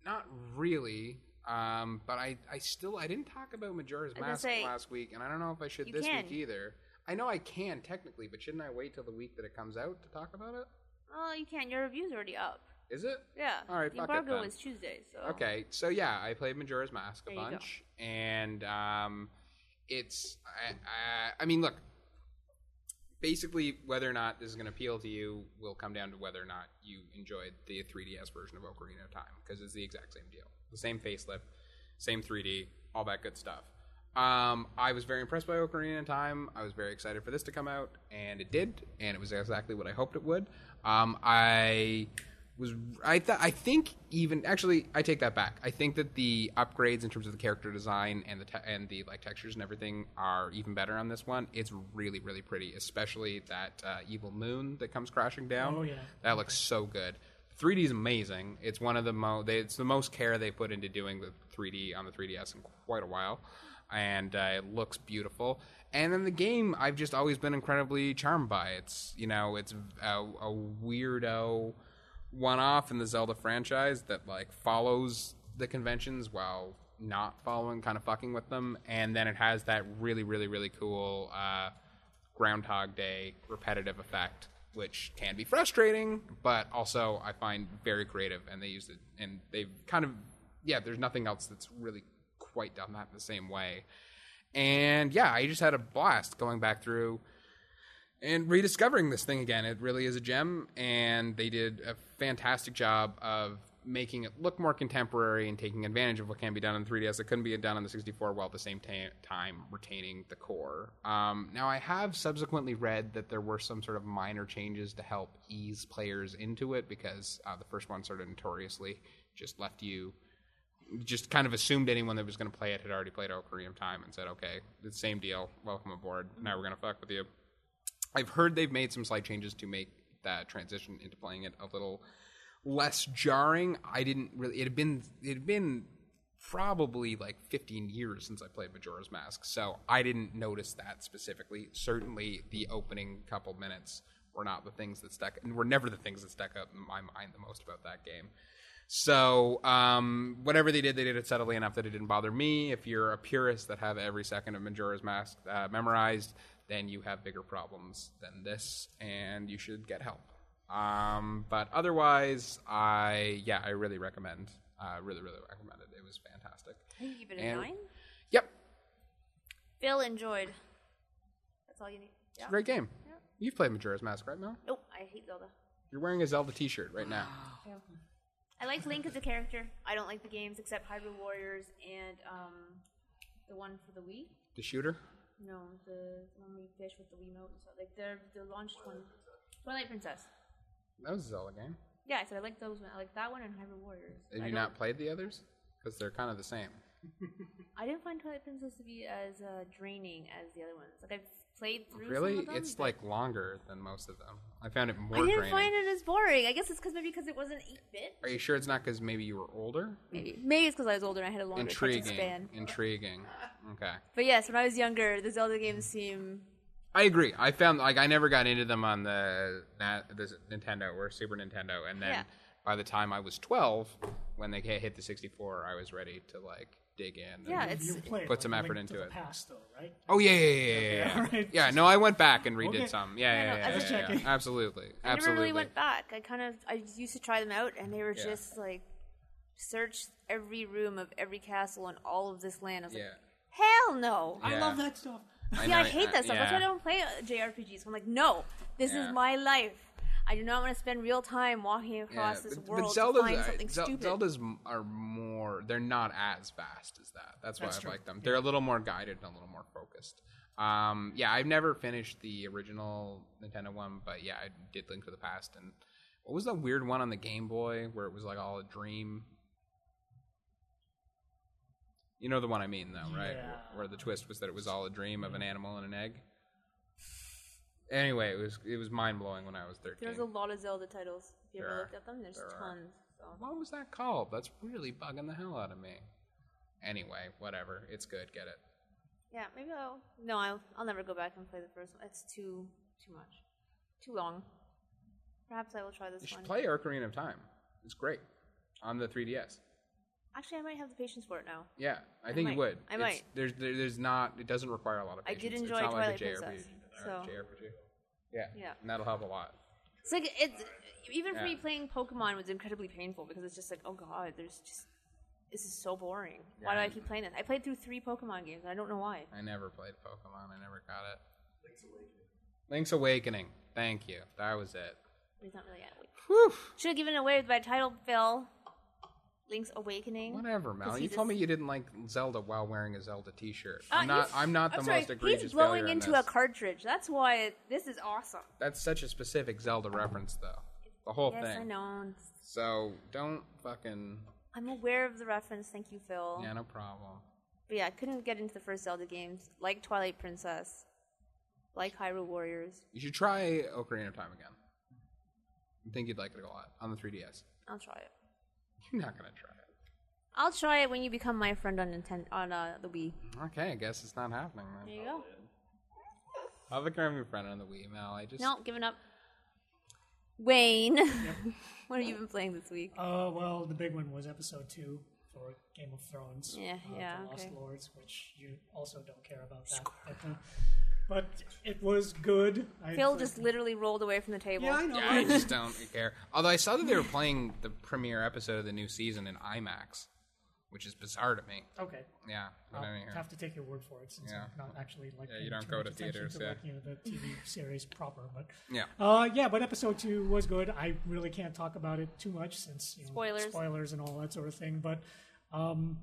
[SPEAKER 3] not really. Um, but I, I still I didn't talk about
[SPEAKER 1] I was
[SPEAKER 3] Majora's
[SPEAKER 1] gonna
[SPEAKER 3] Mask
[SPEAKER 1] say,
[SPEAKER 3] last week, and I don't know if I should
[SPEAKER 1] you
[SPEAKER 3] this
[SPEAKER 1] can.
[SPEAKER 3] week either. I know I can technically, but shouldn't I wait till the week that it comes out to talk about it?
[SPEAKER 1] Oh, you can't. Your review's already up.
[SPEAKER 3] Is it?
[SPEAKER 1] Yeah.
[SPEAKER 3] All right,
[SPEAKER 1] The
[SPEAKER 3] fuck it
[SPEAKER 1] embargo
[SPEAKER 3] then.
[SPEAKER 1] is Tuesday, so.
[SPEAKER 3] Okay, so yeah, I played Majora's Mask a
[SPEAKER 1] There you go.
[SPEAKER 3] bunch, and um, it's I, I, I mean, look, basically, whether or not this is going to appeal to you will come down to whether or not you enjoyed the 3DS version of Ocarina of Time because it's the exact same deal, the same facelift, same 3D, all that good stuff. Um, I was very impressed by Ocarina of Time. I was very excited for this to come out, and it did, and it was exactly what I hoped it would. Um, I was I th- I think even actually I take that back. I think that the upgrades in terms of the character design and the te- and the like textures and everything are even better on this one. It's really really pretty, especially that uh, evil moon that comes crashing down.
[SPEAKER 2] Oh, yeah.
[SPEAKER 3] that looks so good. 3D is amazing. It's one of the mo they, it's the most care they put into doing the 3D on the 3DS in quite a while, and uh, it looks beautiful. And then the game, I've just always been incredibly charmed by. It's you know it's a, a weirdo one off in the Zelda franchise that like follows the conventions while not following, kind of fucking with them. And then it has that really, really, really cool uh, Groundhog Day repetitive effect, which can be frustrating, but also I find very creative. And they used it, and they've kind of, yeah, there's nothing else that's really quite done that the same way. And yeah, I just had a blast going back through and rediscovering this thing again. It really is a gem, and they did a fantastic job of making it look more contemporary and taking advantage of what can be done on 3DS that couldn't be done on the 64 while at the same ta- time retaining the core. Um, now, I have subsequently read that there were some sort of minor changes to help ease players into it because uh, the first one sort of notoriously just left you just kind of assumed anyone that was going to play it had already played Ocarina of Time and said, okay, it's the same deal. Welcome aboard. Now we're going to fuck with you. I've heard they've made some slight changes to make that transition into playing it a little less jarring. I didn't really. It had been it had been probably like 15 years since I played Majora's Mask, so I didn't notice that specifically. Certainly, the opening couple minutes were not the things that stuck, and were never the things that stuck up in my mind the most about that game. So um, whatever they did, they did it subtly enough that it didn't bother me. If you're a purist that have every second of Majora's Mask uh, memorized, then you have bigger problems than this, and you should get help. Um, but otherwise, I yeah, I really recommend. Uh, really, really recommend it. It was fantastic.
[SPEAKER 1] I think you give it a
[SPEAKER 3] And-
[SPEAKER 1] nine.
[SPEAKER 3] Yep,
[SPEAKER 1] Phil enjoyed. That's all you need.
[SPEAKER 3] it's
[SPEAKER 1] Yeah.
[SPEAKER 3] a great game. You've played Majora's Mask, right, Mel?
[SPEAKER 1] Nope, I hate Zelda.
[SPEAKER 3] You're wearing a Zelda T-shirt right now.
[SPEAKER 1] [gasps] I like Link as a character. I don't like the games except Hyrule Warriors and um, the one for the Wii.
[SPEAKER 3] The shooter.
[SPEAKER 1] No, the one we fish with the Wiimote. So like the the launched one, Twilight Princess.
[SPEAKER 3] That was a Zelda game.
[SPEAKER 1] Yeah, so I like those one. I like that one and Hyrule Warriors.
[SPEAKER 3] Have
[SPEAKER 1] I
[SPEAKER 3] you
[SPEAKER 1] don't-
[SPEAKER 3] not played the others? Because they're kind of the same.
[SPEAKER 1] I didn't find Twilight Princess to be as uh, draining as the other ones. Like I've played through.
[SPEAKER 3] Really,
[SPEAKER 1] some of them,
[SPEAKER 3] it's
[SPEAKER 1] but
[SPEAKER 3] like longer than most of them. I found it more
[SPEAKER 1] I didn't
[SPEAKER 3] draining.
[SPEAKER 1] find it as boring. I guess it's because maybe because it wasn't eight bit.
[SPEAKER 3] Are you sure it's not because maybe you were older?
[SPEAKER 1] Maybe maybe it's because I was older and I had a longer attention
[SPEAKER 3] Intriguing.
[SPEAKER 1] span.
[SPEAKER 3] Intriguing. Okay.
[SPEAKER 1] But yes, when I was younger, the Zelda
[SPEAKER 3] Mm.
[SPEAKER 1] games seem
[SPEAKER 3] I agree. I found like I never got into them on the na- the Nintendo or Super Nintendo, and then
[SPEAKER 1] Yeah.
[SPEAKER 3] by the time I was twelve, when they ca- hit the sixty four, I was ready to like dig in. and-
[SPEAKER 1] Yeah,
[SPEAKER 2] You
[SPEAKER 1] it's-
[SPEAKER 2] play
[SPEAKER 3] Put
[SPEAKER 2] like,
[SPEAKER 3] some
[SPEAKER 2] a
[SPEAKER 3] effort
[SPEAKER 2] Link
[SPEAKER 3] into
[SPEAKER 2] to the
[SPEAKER 3] it.
[SPEAKER 2] Past, though, right?
[SPEAKER 3] [laughs] Oh yeah, yeah, yeah, yeah, yeah. yeah.
[SPEAKER 2] alright.
[SPEAKER 3] Yeah, no, I went back and redid
[SPEAKER 2] Okay.
[SPEAKER 3] some. Yeah,
[SPEAKER 1] no,
[SPEAKER 3] yeah, yeah,
[SPEAKER 1] I
[SPEAKER 2] was
[SPEAKER 3] yeah, yeah.
[SPEAKER 2] checking.
[SPEAKER 3] Absolutely, absolutely.
[SPEAKER 1] I never really went back. I kind of I used to try them out, and they were
[SPEAKER 3] Yeah.
[SPEAKER 1] just like search every room of every castle in all of this land. I was
[SPEAKER 3] Yeah,
[SPEAKER 1] [laughs] like, hell no.
[SPEAKER 2] I
[SPEAKER 3] Yeah.
[SPEAKER 2] love that stuff.
[SPEAKER 3] I
[SPEAKER 1] yeah, I
[SPEAKER 3] know, uh,
[SPEAKER 1] hate that stuff. That's why I
[SPEAKER 3] yeah.
[SPEAKER 1] don't play uh, JRPGs. I'm like, no, this
[SPEAKER 3] Yeah.
[SPEAKER 1] is my life. I do not want to spend real time walking across this
[SPEAKER 3] but,
[SPEAKER 1] world
[SPEAKER 3] but
[SPEAKER 1] to
[SPEAKER 3] Zelda's,
[SPEAKER 1] find
[SPEAKER 3] uh,
[SPEAKER 1] something
[SPEAKER 3] Zel-
[SPEAKER 1] stupid.
[SPEAKER 3] Zelda's m- are more. They're not as fast as that. That's why
[SPEAKER 2] That's
[SPEAKER 3] I
[SPEAKER 2] true.
[SPEAKER 3] like them. They're a little more guided and a little more focused. Um, yeah, I've never finished the original Nintendo one, but yeah, I did Link to the Past. And what was that weird one on the Game Boy where it was like all a dream? You know the one I mean, though, right?
[SPEAKER 2] Yeah.
[SPEAKER 3] Wh- Where the twist was that it was all a dream
[SPEAKER 1] Mm-hmm.
[SPEAKER 3] of an animal and an egg. Anyway, it was it was mind blowing when I was thirteen.
[SPEAKER 1] There's a lot of Zelda titles. If you
[SPEAKER 3] There
[SPEAKER 1] ever
[SPEAKER 3] are.
[SPEAKER 1] looked at them, there's
[SPEAKER 3] There are.
[SPEAKER 1] tons. So.
[SPEAKER 3] what was that called? That's really bugging the hell out of me. Anyway, whatever. It's good. Get it.
[SPEAKER 1] Yeah, maybe I'll. No, I'll, I'll never go back and play the first one. It's too too much, too long. Perhaps I will try this
[SPEAKER 3] You should
[SPEAKER 1] one.
[SPEAKER 3] play Ocarina of Time. It's great on the 3DS.
[SPEAKER 1] Actually, I might have the patience for it now.
[SPEAKER 3] Yeah, I think
[SPEAKER 1] might.
[SPEAKER 3] you would.
[SPEAKER 1] I
[SPEAKER 3] It's-
[SPEAKER 1] might.
[SPEAKER 3] There's there, there's not. It doesn't require a lot of
[SPEAKER 1] I
[SPEAKER 3] patience.
[SPEAKER 1] did
[SPEAKER 3] It's
[SPEAKER 1] enjoy
[SPEAKER 3] not like
[SPEAKER 1] Twilight
[SPEAKER 3] a JRPG.
[SPEAKER 1] Princess,
[SPEAKER 3] or
[SPEAKER 1] so-
[SPEAKER 3] JRPG. Yeah.
[SPEAKER 1] Yeah.
[SPEAKER 3] And that'll help a lot.
[SPEAKER 1] It's like it's even for me
[SPEAKER 3] Yeah.
[SPEAKER 1] playing Pokemon was incredibly painful because it's just like, oh god, there's just this is so boring. Why do I
[SPEAKER 3] Yeah.
[SPEAKER 1] keep playing this? I played through three Pokemon games. And I don't know why.
[SPEAKER 3] I never played Pokemon. I never got it. Link's Awakening. Thank you. That was it.
[SPEAKER 1] It's not really that way.
[SPEAKER 3] Whew.
[SPEAKER 1] Should have given it away with my title Phil. Link's Awakening.
[SPEAKER 3] Whatever, Mel.
[SPEAKER 1] 'Cause
[SPEAKER 3] You
[SPEAKER 1] he
[SPEAKER 3] told me
[SPEAKER 1] just-
[SPEAKER 3] you didn't like Zelda while wearing a Zelda T-shirt.
[SPEAKER 1] Ah,
[SPEAKER 3] I'm not.
[SPEAKER 1] he's-
[SPEAKER 3] I'm not the
[SPEAKER 1] I'm sorry,
[SPEAKER 3] most egregious.
[SPEAKER 1] He's blowing
[SPEAKER 3] failure in
[SPEAKER 1] into
[SPEAKER 3] this.
[SPEAKER 1] a cartridge. That's why it, this is awesome.
[SPEAKER 3] That's such a specific Zelda reference, though. The whole
[SPEAKER 1] Yes,
[SPEAKER 3] thing.
[SPEAKER 1] I know.
[SPEAKER 3] So don't fucking.
[SPEAKER 1] I'm aware of the reference. Thank you, Phil.
[SPEAKER 3] Yeah, no problem.
[SPEAKER 1] But yeah, I couldn't get into the first Zelda games, like Twilight Princess, like Hyrule Warriors.
[SPEAKER 3] You should try Ocarina of Time again. I think you'd like it a lot on the 3DS.
[SPEAKER 1] I'll try it.
[SPEAKER 3] You're not gonna try it.
[SPEAKER 1] I'll try it when you become my friend on Nintendo on uh, the Wii.
[SPEAKER 3] Okay, I guess it's not happening. Then.
[SPEAKER 1] There you go.
[SPEAKER 3] I'll become your friend on the Wii, Mel. I just
[SPEAKER 1] No, giving up. Wayne, [laughs] what have you been playing this week?
[SPEAKER 2] Uh, well, the big one was episode two for Game of Thrones.
[SPEAKER 1] Yeah,
[SPEAKER 2] uh,
[SPEAKER 1] yeah,
[SPEAKER 2] The Lost
[SPEAKER 1] okay.
[SPEAKER 2] Lords, which you also don't care about that. But, uh, but it was good. I
[SPEAKER 1] Phil
[SPEAKER 2] played-
[SPEAKER 1] just literally rolled away from the table.
[SPEAKER 2] Yeah, I know.
[SPEAKER 3] Yeah, I just don't care. Although I saw that they were playing the premiere episode of the new season in IMAX, which is bizarre to me.
[SPEAKER 2] Okay.
[SPEAKER 3] Yeah, but
[SPEAKER 2] I'll
[SPEAKER 3] anyhow.
[SPEAKER 2] have to take your word for it since
[SPEAKER 3] Yeah.
[SPEAKER 2] I'm not actually like
[SPEAKER 3] Yeah, you
[SPEAKER 2] paying
[SPEAKER 3] don't
[SPEAKER 2] too
[SPEAKER 3] go
[SPEAKER 2] much
[SPEAKER 3] to
[SPEAKER 2] attention
[SPEAKER 3] theaters,
[SPEAKER 2] to,
[SPEAKER 3] yeah.
[SPEAKER 2] like, you know, the TV series proper, but
[SPEAKER 3] Yeah.
[SPEAKER 2] Uh, yeah, but episode two was good. I really can't talk about it too much since you know,
[SPEAKER 1] Spoilers.
[SPEAKER 2] spoilers and all that sort of thing. But um,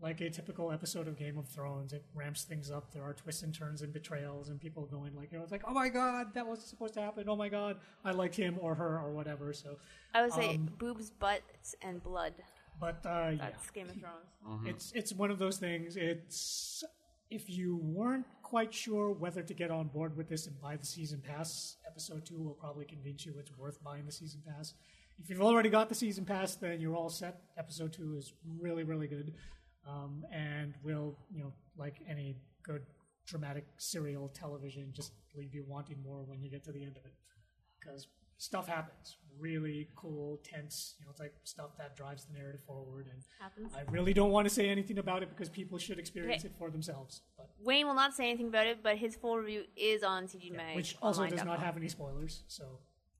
[SPEAKER 2] like a typical episode of Game of Thrones, it ramps things up. There are twists and turns and betrayals, and people going like, you know, it's like, oh my god, that wasn't supposed to happen. Oh my god, I like him or her or whatever. So,
[SPEAKER 1] I would say boobs, butts, and blood.
[SPEAKER 2] but uh, Um, yeah,
[SPEAKER 1] That's Game of Thrones.
[SPEAKER 2] it's it's one of those things. It's if you weren't quite sure whether to get on board with this and buy the season pass, episode two will probably convince you it's worth buying the season pass. If you've already got the season pass, then you're all set. Episode two is really really good, um, and will you know like any good dramatic serial television just leave you wanting more when you get to the end of it because stuff happens really cool tense you know it's like stuff that drives the narrative forward and
[SPEAKER 1] Happens.
[SPEAKER 2] I really don't want to say anything about it because people should experience
[SPEAKER 1] Okay.
[SPEAKER 2] it for themselves. But
[SPEAKER 1] Wayne will not say anything about it, but his full review is on CG Mag,
[SPEAKER 2] which also does
[SPEAKER 1] online.com.
[SPEAKER 2] not have any spoilers. So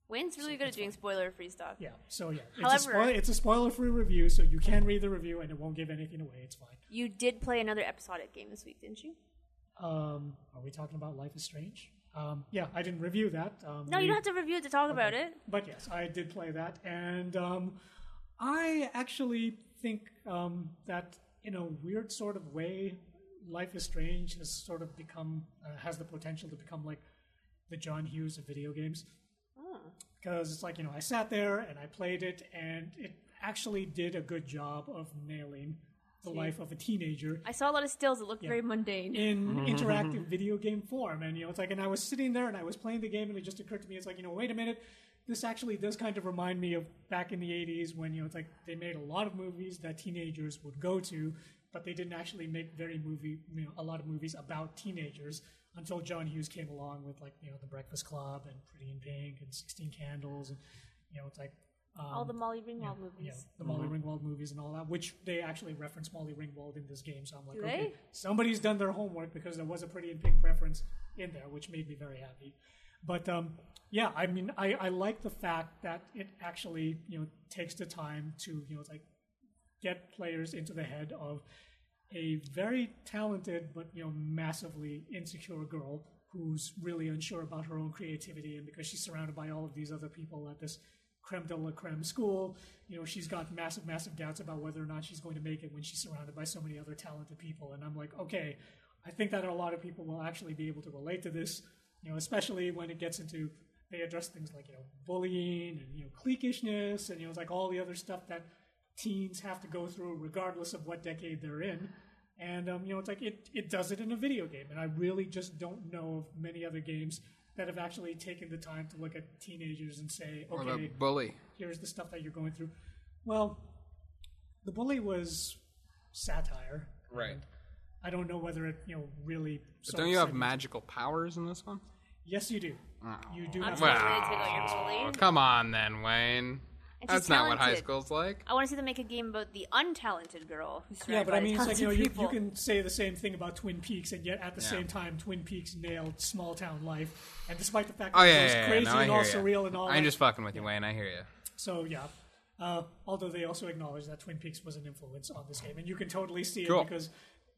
[SPEAKER 1] Wayne's really good at doing spoiler-free stuff.
[SPEAKER 2] yeah, so yeah, it's a,
[SPEAKER 1] However-
[SPEAKER 2] spoil- it's a spoiler-free review, so you can read the review and it won't give anything away. It's fine.
[SPEAKER 1] You did play another episodic game this week, didn't you?
[SPEAKER 2] Um, are we talking about Life is Strange? Um, yeah, I didn't review that. Um,
[SPEAKER 1] No, you
[SPEAKER 2] we-
[SPEAKER 1] don't have to review it to talk about it.
[SPEAKER 2] But yes, I did play that, and um, I actually think um, that in a weird sort of way, Life is Strange has sort of become uh, has the potential to become like the John Hughes of video games because it's like you know I sat there and I played it, and it actually did a good job of nailing the life of a teenager
[SPEAKER 1] I saw a lot of stills that looked very mundane.
[SPEAKER 2] in interactive video game form. And you know, it's like, and I was sitting there and I was playing the game, and it just occurred to me, it's like, you know, wait a minute, this actually does kind of remind me of back in the '80s when you know, it's like they made a lot of movies that teenagers would go to, but they didn't actually make very movie, you know, a lot of movies about teenagers until John Hughes came along with like you know, The Breakfast Club and Pretty in Pink and Sixteen Candles, and you know, it's like. Um,
[SPEAKER 1] All the Molly Ringwald
[SPEAKER 2] you know,
[SPEAKER 1] movies.
[SPEAKER 2] the Molly Ringwald movies and all that, which they actually reference Molly Ringwald in this game. So I'm like,
[SPEAKER 1] Do
[SPEAKER 2] okay,
[SPEAKER 1] they?
[SPEAKER 2] somebody's done their homework because there was a Pretty in Pink reference in there, which made me very happy. But um, yeah, I mean, I, I like the fact that it actually you know takes the time to you know it's like get players into the head of a very talented but you know massively insecure girl who's really unsure about her own creativity and because she's surrounded by all of these other people at this creme de la creme school you know she's got massive massive doubts about whether or not she's going to make it when she's surrounded by so many other talented people and i'm like okay i think that a lot of people will actually be able to relate to this you know especially when it gets into they address things like you know bullying and you know cliquishness and you know it's like all the other stuff that teens have to go through regardless of what decade they're in And um, you know, it's like it, it does it in a video game, and I really just don't know of many other games that have actually taken the time to look at teenagers and say,
[SPEAKER 3] Or
[SPEAKER 2] okay,
[SPEAKER 3] the bully.
[SPEAKER 2] here's the stuff that you're going through. Well, the bully was satire.
[SPEAKER 3] Right.
[SPEAKER 2] I don't know whether it you know really.
[SPEAKER 3] But
[SPEAKER 2] sort
[SPEAKER 3] don't
[SPEAKER 2] of
[SPEAKER 3] you have Ah.
[SPEAKER 2] segments-
[SPEAKER 3] magical powers in this one?
[SPEAKER 2] Yes, you do. You do.
[SPEAKER 1] I'm
[SPEAKER 2] Have
[SPEAKER 1] sorry to take out your
[SPEAKER 3] Oh,
[SPEAKER 1] bully.
[SPEAKER 3] come on then, Wayne.
[SPEAKER 1] And she's
[SPEAKER 3] That's not what high
[SPEAKER 1] talented.
[SPEAKER 3] school's like.
[SPEAKER 1] I want to see them make a game about the untalented girl who's
[SPEAKER 2] yeah,
[SPEAKER 1] surrounded
[SPEAKER 2] but I
[SPEAKER 1] by
[SPEAKER 2] mean, it's like you know,
[SPEAKER 1] talented
[SPEAKER 2] you, you
[SPEAKER 1] people.
[SPEAKER 2] can say the same thing about Twin Peaks, and yet at the
[SPEAKER 3] Yeah.
[SPEAKER 2] same time, Twin Peaks nailed small town life, and despite the fact that
[SPEAKER 3] Oh
[SPEAKER 2] it
[SPEAKER 3] yeah,
[SPEAKER 2] was
[SPEAKER 3] yeah, yeah,
[SPEAKER 2] crazy
[SPEAKER 3] no, I
[SPEAKER 2] and
[SPEAKER 3] hear
[SPEAKER 2] all
[SPEAKER 3] ya.
[SPEAKER 2] surreal and all,
[SPEAKER 3] I'm
[SPEAKER 2] that,
[SPEAKER 3] just fucking with you, Wayne. I hear you.
[SPEAKER 2] So yeah. Uh, although they also acknowledge that Twin Peaks was an influence on this game, and you can totally see
[SPEAKER 3] Cool.
[SPEAKER 2] it because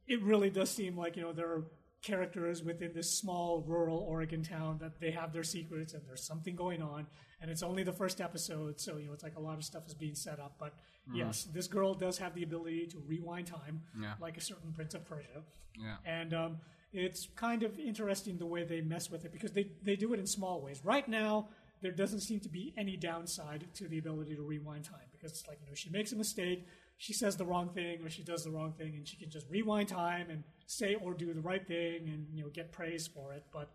[SPEAKER 2] it really does seem like you know there are characters within this small rural Oregon town that they have their secrets and there's something going on, and it's only the first episode, so you know it's like a lot of stuff is being set up. But yes, this girl does have the ability to rewind time,
[SPEAKER 3] Yeah.
[SPEAKER 2] like a certain Prince of Persia
[SPEAKER 3] Yeah.
[SPEAKER 2] and um, it's kind of interesting the way they mess with it because they, they do it in small ways. Right now, there doesn't seem to be any downside to the ability to rewind time because it's like you know she makes a mistake, she says the wrong thing or she does the wrong thing, and she can just rewind time and say or do the right thing and you know get praise for it. But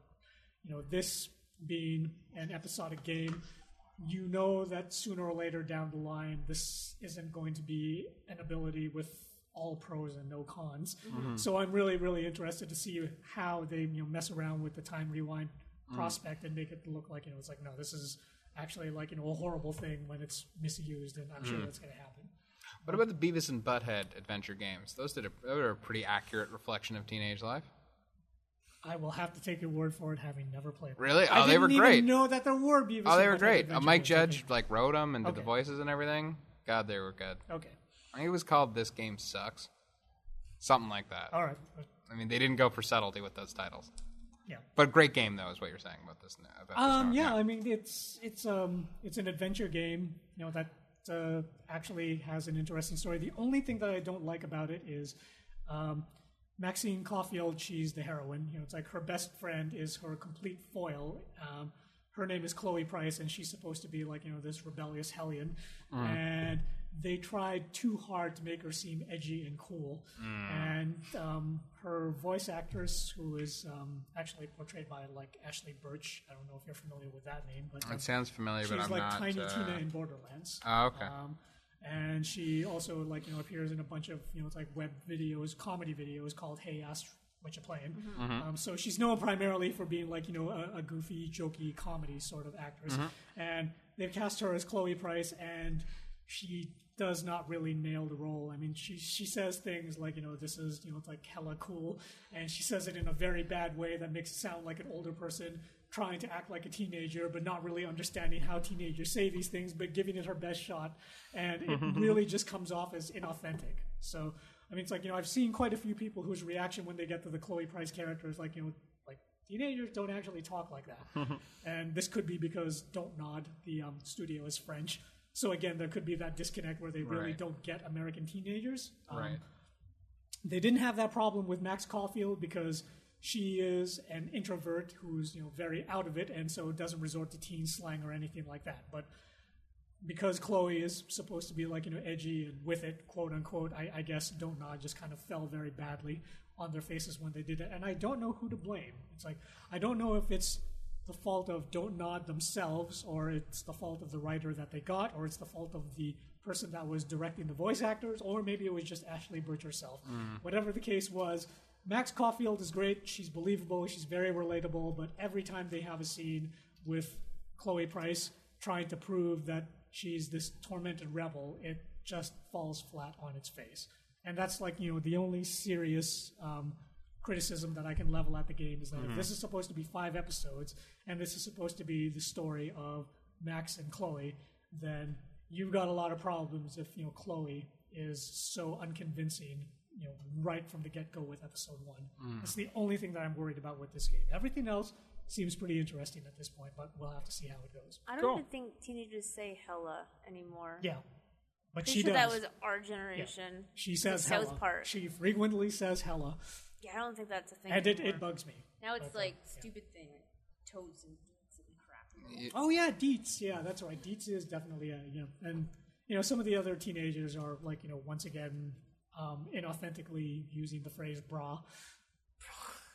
[SPEAKER 2] you know this being an episodic game. You know that sooner or later down the line, this isn't going to be an ability with all pros and no cons.
[SPEAKER 3] Mm-hmm.
[SPEAKER 2] So I'm really, really interested to see how they you know mess around with the time rewind
[SPEAKER 3] Mm-hmm.
[SPEAKER 2] prospect and make it look like you know it's like no, this is actually like you know a horrible thing when it's misused, and I'm sure
[SPEAKER 3] Mm-hmm.
[SPEAKER 2] that's going to happen.
[SPEAKER 3] What about the Beavis and Butthead adventure games? Those did a, those are a pretty accurate reflection of teenage life.
[SPEAKER 2] I will have to take your word for it, having never played. them.
[SPEAKER 3] Really?
[SPEAKER 2] I
[SPEAKER 3] Oh, they were
[SPEAKER 2] didn't
[SPEAKER 3] great.
[SPEAKER 2] Even know that there were Beavis.
[SPEAKER 3] Oh, they
[SPEAKER 2] and
[SPEAKER 3] were
[SPEAKER 2] Butthead
[SPEAKER 3] great. Uh,
[SPEAKER 2] adventure
[SPEAKER 3] Mike
[SPEAKER 2] games.
[SPEAKER 3] Judge like wrote them and did the
[SPEAKER 2] Okay.
[SPEAKER 3] voices and everything. God, they were good.
[SPEAKER 2] Okay. Okay.
[SPEAKER 3] I think it was called "This Game Sucks," something like that.
[SPEAKER 2] All right.
[SPEAKER 3] I mean, they didn't go for subtlety with those titles,
[SPEAKER 2] Yeah.
[SPEAKER 3] but great game though is what you're saying about this. About this
[SPEAKER 2] Um,
[SPEAKER 3] one.
[SPEAKER 2] yeah, I mean it's it's um it's an adventure game, you know that uh, actually has an interesting story. The only thing that I don't like about it is um, Maxine Caulfield. She's the heroine. You know, it's like her best friend is her complete foil. Um, her name is Chloe Price, and she's supposed to be like you know this rebellious hellion,
[SPEAKER 3] Mm.
[SPEAKER 2] and they tried too hard to make her seem edgy and cool.
[SPEAKER 3] Mm.
[SPEAKER 2] And um, her voice actress, who is um, actually portrayed by like Ashley Birch, I don't know if you're familiar with that name, but um,
[SPEAKER 3] It sounds familiar,
[SPEAKER 2] she's
[SPEAKER 3] but I'm
[SPEAKER 2] like
[SPEAKER 3] not.
[SPEAKER 2] Tiny
[SPEAKER 3] uh,
[SPEAKER 2] Tina in Borderlands.
[SPEAKER 3] Oh, okay.
[SPEAKER 2] Um, and she also like you know appears in a bunch of you know it's like web videos, comedy videos called "Hey, ask what you playing." Um, so she's known primarily for being like you know a, a goofy, jokey comedy sort of actress. And they've cast her as Chloe Price, and she does not really nail the role. I mean, she she says things like you know this is you know it's like hella cool, and she says it in a very bad way that makes it sound like an older person trying to act like a teenager but not really understanding how teenagers say these things but giving it her best shot and it really just comes off as inauthentic so i mean it's like you know i've seen quite a few people whose reaction when they get to the chloe price character is like you know like teenagers don't actually talk like
[SPEAKER 3] Mm-hmm.
[SPEAKER 2] that and this could be because don't nod the um, studio is french so again there could be that disconnect where they really
[SPEAKER 3] Right.
[SPEAKER 2] don't get american teenagers Um,
[SPEAKER 3] Right.
[SPEAKER 2] they didn't have that problem with Max Caulfield because she is an introvert who's you know very out of it and so doesn't resort to teen slang or anything like that. But because Chloe is supposed to be like you know edgy and with it, quote unquote, I, I guess Don't Nod just kind of fell very badly on their faces when they did that, and I don't know who to blame. It's like I don't know if it's the fault of Don't Nod themselves, or it's the fault of the writer that they got, or it's the fault of the person that was directing the voice actors, or maybe it was just Ashley Birch herself. Whatever the case was, Max Caulfield is great. She's believable. She's very relatable. But every time they have a scene with Chloe Price trying to prove that she's this tormented rebel, it just falls flat on its face. And that's like, you know, the only serious um, criticism that I can level at the game is that if this is supposed to be five episodes and this is supposed to be the story of Max and Chloe, then you've got a lot of problems if, you know, Chloe is so unconvincing, you know, right from the get go with episode one. That's the only thing that I'm worried about with this game. Everything else seems pretty interesting at this point, but we'll have to see how it goes.
[SPEAKER 1] I don't
[SPEAKER 3] Cool.
[SPEAKER 1] even think teenagers say hella anymore.
[SPEAKER 2] Yeah. But
[SPEAKER 1] Pretty
[SPEAKER 2] she
[SPEAKER 1] sure that
[SPEAKER 2] does.
[SPEAKER 1] was our generation.
[SPEAKER 2] she says
[SPEAKER 1] South
[SPEAKER 2] hella.
[SPEAKER 1] Park.
[SPEAKER 2] She frequently says hella.
[SPEAKER 1] Yeah, I don't think that's a thing.
[SPEAKER 2] And it,
[SPEAKER 1] anymore.
[SPEAKER 2] it bugs me.
[SPEAKER 1] now it's
[SPEAKER 2] but, uh,
[SPEAKER 1] like
[SPEAKER 2] yeah.
[SPEAKER 1] stupid thing, toads and beets and crap.
[SPEAKER 2] Oh yeah, Dietz. Yeah, that's right. Dietz is definitely a you know, and you know some of the other teenagers are like you know once again um, inauthentically using the phrase bra. [sighs]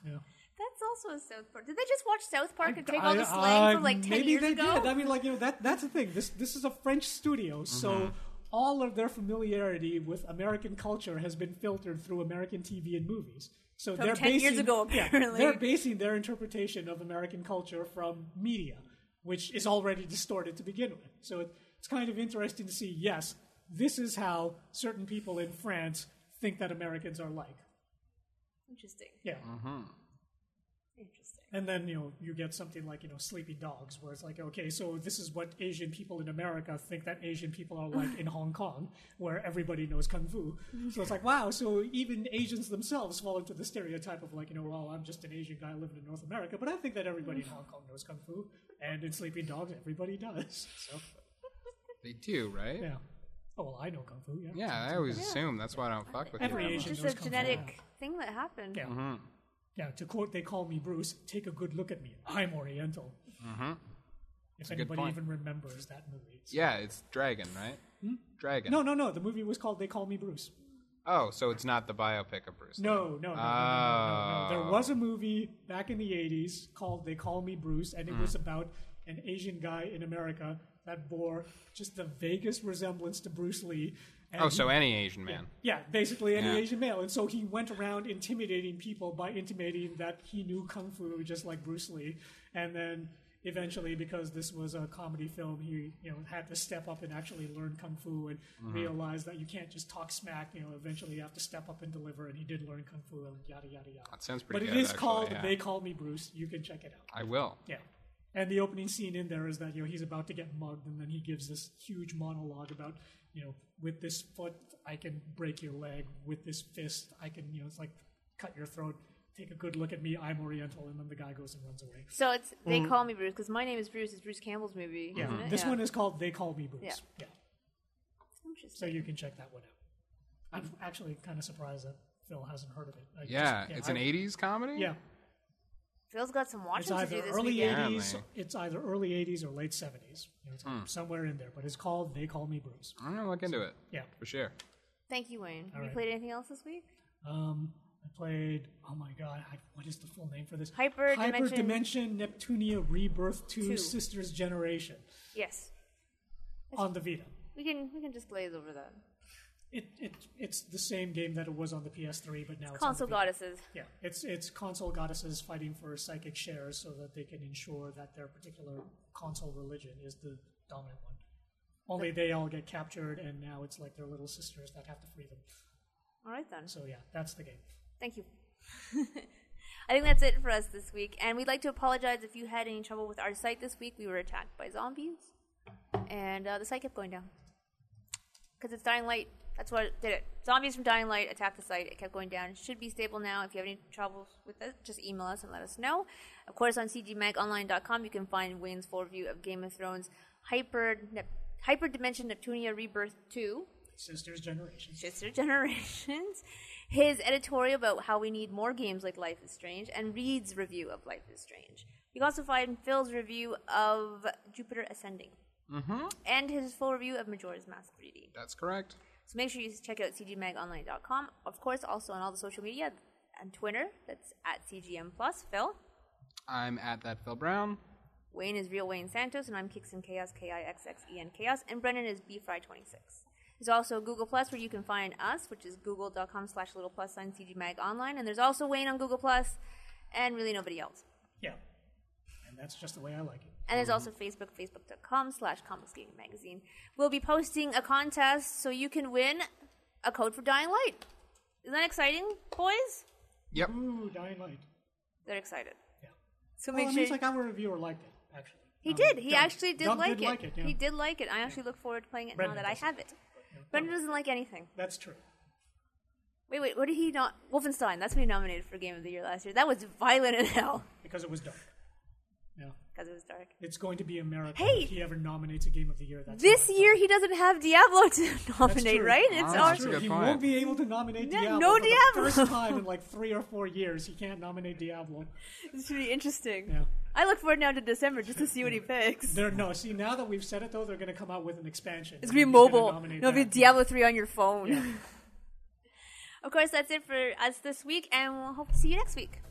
[SPEAKER 2] Yeah.
[SPEAKER 1] That's also a South Park. Did they just watch South Park and take
[SPEAKER 2] I-
[SPEAKER 1] all the slang
[SPEAKER 2] I-
[SPEAKER 1] from like ten
[SPEAKER 2] maybe
[SPEAKER 1] years
[SPEAKER 2] they
[SPEAKER 1] ago?
[SPEAKER 2] Did. I mean, like you know, that that's the thing. This this is a French studio, so all of their familiarity with American culture has been filtered through American TV and movies. So
[SPEAKER 1] From
[SPEAKER 2] they're
[SPEAKER 1] 10 years
[SPEAKER 2] basing,
[SPEAKER 1] ago,
[SPEAKER 2] yeah,
[SPEAKER 1] apparently.
[SPEAKER 2] they're basing their interpretation of American culture from media, which is already distorted to begin with. So it, it's kind of interesting to see. Yes, this is how certain people in France think that Americans are like.
[SPEAKER 1] Interesting.
[SPEAKER 2] Yeah.
[SPEAKER 1] Interesting.
[SPEAKER 2] And then you know you get something like you know Sleepy Dogs, where it's like, okay, so this is what Asian people in America think that Asian people are like
[SPEAKER 3] [laughs]
[SPEAKER 2] in Hong Kong, where everybody knows kung fu. So it's like, wow, so even Asians themselves fall into the stereotype of like, you know, well, I'm just an Asian guy living in North America, but I think that everybody
[SPEAKER 3] Mm.
[SPEAKER 2] in Hong Kong knows kung fu, and in Sleepy Dogs, everybody does. So
[SPEAKER 3] They do, right?
[SPEAKER 2] yeah, oh well, I know kung fu. Yeah,
[SPEAKER 3] Yeah, I always assume that's why I don't fuck with you.
[SPEAKER 2] Every
[SPEAKER 3] that
[SPEAKER 2] Asian
[SPEAKER 1] It's
[SPEAKER 3] much.
[SPEAKER 1] just
[SPEAKER 2] knows
[SPEAKER 1] a
[SPEAKER 2] kung fu.
[SPEAKER 1] genetic thing that happened.
[SPEAKER 2] Yeah.
[SPEAKER 3] Mm-hmm.
[SPEAKER 2] Yeah, to quote, they call me Bruce. Take a good look at me. I'm Oriental. Mm-hmm. If
[SPEAKER 3] a good
[SPEAKER 2] anybody
[SPEAKER 3] point.
[SPEAKER 2] even remembers that movie. It's-
[SPEAKER 3] Yeah, it's Dragon, right? Dragon.
[SPEAKER 2] Hmm? No, no, no. The movie was called They Call Me Bruce.
[SPEAKER 3] Oh, so it's not the biopic of Bruce. Uh,
[SPEAKER 2] No, no, no, no, no, no, no. There was a movie back in the 80s called They Call Me Bruce, and it was about an Asian guy in America that bore just the vaguest resemblance to Bruce Lee. And
[SPEAKER 3] Oh, so any Asian man.
[SPEAKER 2] Yeah, basically any
[SPEAKER 3] Yeah.
[SPEAKER 2] Asian male. And so he went around intimidating people by intimating that he knew kung fu just like Bruce Lee. And then eventually, because this was a comedy film, he you know had to step up and actually learn kung fu and
[SPEAKER 3] Mm-hmm.
[SPEAKER 2] realize that you can't just talk smack. You know, eventually you have to step up and deliver. And he did learn kung fu and yada yada yada.
[SPEAKER 3] That sounds pretty
[SPEAKER 2] But it
[SPEAKER 3] good,
[SPEAKER 2] is
[SPEAKER 3] actually,
[SPEAKER 2] called
[SPEAKER 3] yeah.
[SPEAKER 2] "They Call Me Bruce." You can check it out.
[SPEAKER 3] I will.
[SPEAKER 2] Yeah. And the opening scene in there is that you know he's about to get mugged, and then he gives this huge monologue about you know with this foot I can break your leg, with this fist I can you know it's like cut your throat. Take a good look at me, I'm Oriental, and then the guy goes and runs away.
[SPEAKER 1] So it's they call me Bruce because my name is Bruce. It's Bruce Campbell's movie.
[SPEAKER 2] Mm. Yeah,
[SPEAKER 1] isn't it?
[SPEAKER 2] this one is called "They Call Me Bruce."
[SPEAKER 1] Mm-hmm. Yeah.
[SPEAKER 2] yeah, so
[SPEAKER 1] Interesting.
[SPEAKER 2] you can check that one out. I'm actually kind of surprised that Phil hasn't heard of it. I just-
[SPEAKER 3] Yeah, it's an
[SPEAKER 2] I-
[SPEAKER 3] 80s comedy?
[SPEAKER 2] Yeah,
[SPEAKER 1] Phil's got some
[SPEAKER 2] it's
[SPEAKER 1] watching to do
[SPEAKER 2] either
[SPEAKER 1] this
[SPEAKER 2] early
[SPEAKER 1] weekend.
[SPEAKER 2] '80s,
[SPEAKER 3] Apparently. Hmm.
[SPEAKER 2] it's either early '80s or late '70s, you know, it's somewhere in there. But it's called "They Call Me Bruce."
[SPEAKER 3] I'm going to look into it
[SPEAKER 2] Yeah.
[SPEAKER 3] for sure.
[SPEAKER 1] Thank you, Wayne. Have you
[SPEAKER 2] right.
[SPEAKER 1] played anything else this week?
[SPEAKER 2] Um, I played. Oh my god, I, what is the full name for this?
[SPEAKER 1] Hyper
[SPEAKER 2] Hyperdimension Neptunia Rebirth 2,
[SPEAKER 1] Two.
[SPEAKER 2] Sisters Generation
[SPEAKER 1] Yes.
[SPEAKER 2] on the Vita.
[SPEAKER 1] We can we can just glaze over that.
[SPEAKER 2] It, it it's the same game that it was on the PS3, but now it's on the
[SPEAKER 1] Console
[SPEAKER 2] Vita.
[SPEAKER 1] goddesses.
[SPEAKER 2] Yeah, it's it's console goddesses fighting for psychic shares so that they can ensure that their particular console religion is the dominant one. Only they all get captured, and now it's like their little sisters that have to free them.
[SPEAKER 1] All right then.
[SPEAKER 2] So yeah, that's the game.
[SPEAKER 1] Thank you. [laughs] I think that's it for us this week, and we'd like to apologize if you had any trouble with our site this week. We were attacked by zombies, and uh, the site kept going down because it's Dying Light. That's what did it. Zombies from Dying Light attacked the site. It kept going down. It should be stable now. If you have any troubles with it, just email us and let us know. Of course, on cgmagonline.com, you can find Wayne's full review of Game of Thrones Hyper Nep- Hyperdimension Neptunia Rebirth Two.
[SPEAKER 2] Sisters Generation.
[SPEAKER 1] Sister Generations, [laughs] his editorial about how we need more games like Life is Strange, and Reed's review of Life is Strange. You can also find Phil's review of Jupiter Ascending. And his full review of Majora's Mask 3D.
[SPEAKER 3] That's correct.
[SPEAKER 1] So make sure you check out cgmagonline.com. Of course, also on all the social media and Twitter, that's at CGM Plus. Phil,
[SPEAKER 3] I'm at that Phil Brown.
[SPEAKER 1] Wayne is real Wayne Santos, and I'm Kixen Chaos, K I X X E N Chaos, and Brennan is BFry26. There's also Google Plus where you can find us, which is google.com slash little plus sign CGMag online, and there's also Wayne on Google Plus, and really nobody else.
[SPEAKER 2] Yeah, and that's just the way I like it.
[SPEAKER 1] And there's also Facebook, facebook.com slash comics gaming magazine. We'll be posting a contest so you can win a code for Dying Light. Isn't that exciting, boys?
[SPEAKER 3] Yep.
[SPEAKER 2] Ooh, Dying Light.
[SPEAKER 1] They're excited.
[SPEAKER 2] Yeah.
[SPEAKER 1] So
[SPEAKER 2] Well,
[SPEAKER 1] make
[SPEAKER 2] Oh, it
[SPEAKER 1] sure.
[SPEAKER 2] means like our reviewer liked it, actually.
[SPEAKER 1] He
[SPEAKER 2] Um,
[SPEAKER 1] did. He
[SPEAKER 2] Doug-
[SPEAKER 1] actually did
[SPEAKER 2] Doug
[SPEAKER 1] like,
[SPEAKER 2] did
[SPEAKER 1] it.
[SPEAKER 2] like it. Yeah.
[SPEAKER 1] He did like it. I actually look forward to playing it
[SPEAKER 2] Brendan
[SPEAKER 1] now that I
[SPEAKER 2] doesn't.
[SPEAKER 1] have it. Brendan doesn't like anything.
[SPEAKER 2] That's true.
[SPEAKER 1] Wait, wait, what did he not? Wolfenstein. That's what he nominated for Game of the Year last year. That was violent as hell
[SPEAKER 2] Because it was dark. Yeah.
[SPEAKER 1] because it was dark.
[SPEAKER 2] It's going to be America
[SPEAKER 1] Hey!
[SPEAKER 2] if he ever nominates a game of the year. That's
[SPEAKER 1] This
[SPEAKER 2] not-
[SPEAKER 1] year he doesn't have Diablo to [laughs]
[SPEAKER 2] That's
[SPEAKER 1] nominate,
[SPEAKER 2] true.
[SPEAKER 1] right?
[SPEAKER 3] Ah,
[SPEAKER 1] It's
[SPEAKER 3] that's
[SPEAKER 1] our
[SPEAKER 3] That's true. a good
[SPEAKER 2] He
[SPEAKER 3] point.
[SPEAKER 2] won't be able to nominate
[SPEAKER 1] No-
[SPEAKER 2] Diablo.
[SPEAKER 1] no
[SPEAKER 2] for the
[SPEAKER 1] Diablo. [laughs]
[SPEAKER 2] first time in like three or four years, he can't nominate Diablo.
[SPEAKER 1] It's pretty interesting.
[SPEAKER 2] Yeah.
[SPEAKER 1] I look forward now to December just to see
[SPEAKER 2] [laughs]
[SPEAKER 1] what he picks.
[SPEAKER 2] They're, no, see, now that we've said it, though, they're going to come out with an expansion.
[SPEAKER 1] It's
[SPEAKER 2] and
[SPEAKER 1] gonna be
[SPEAKER 2] he's gonna
[SPEAKER 1] mobile.
[SPEAKER 2] nominate
[SPEAKER 1] It'll be [laughs]
[SPEAKER 2] that.
[SPEAKER 1] Diablo three on your phone. Of course, that's it for us this week, and we'll hope to see you next week.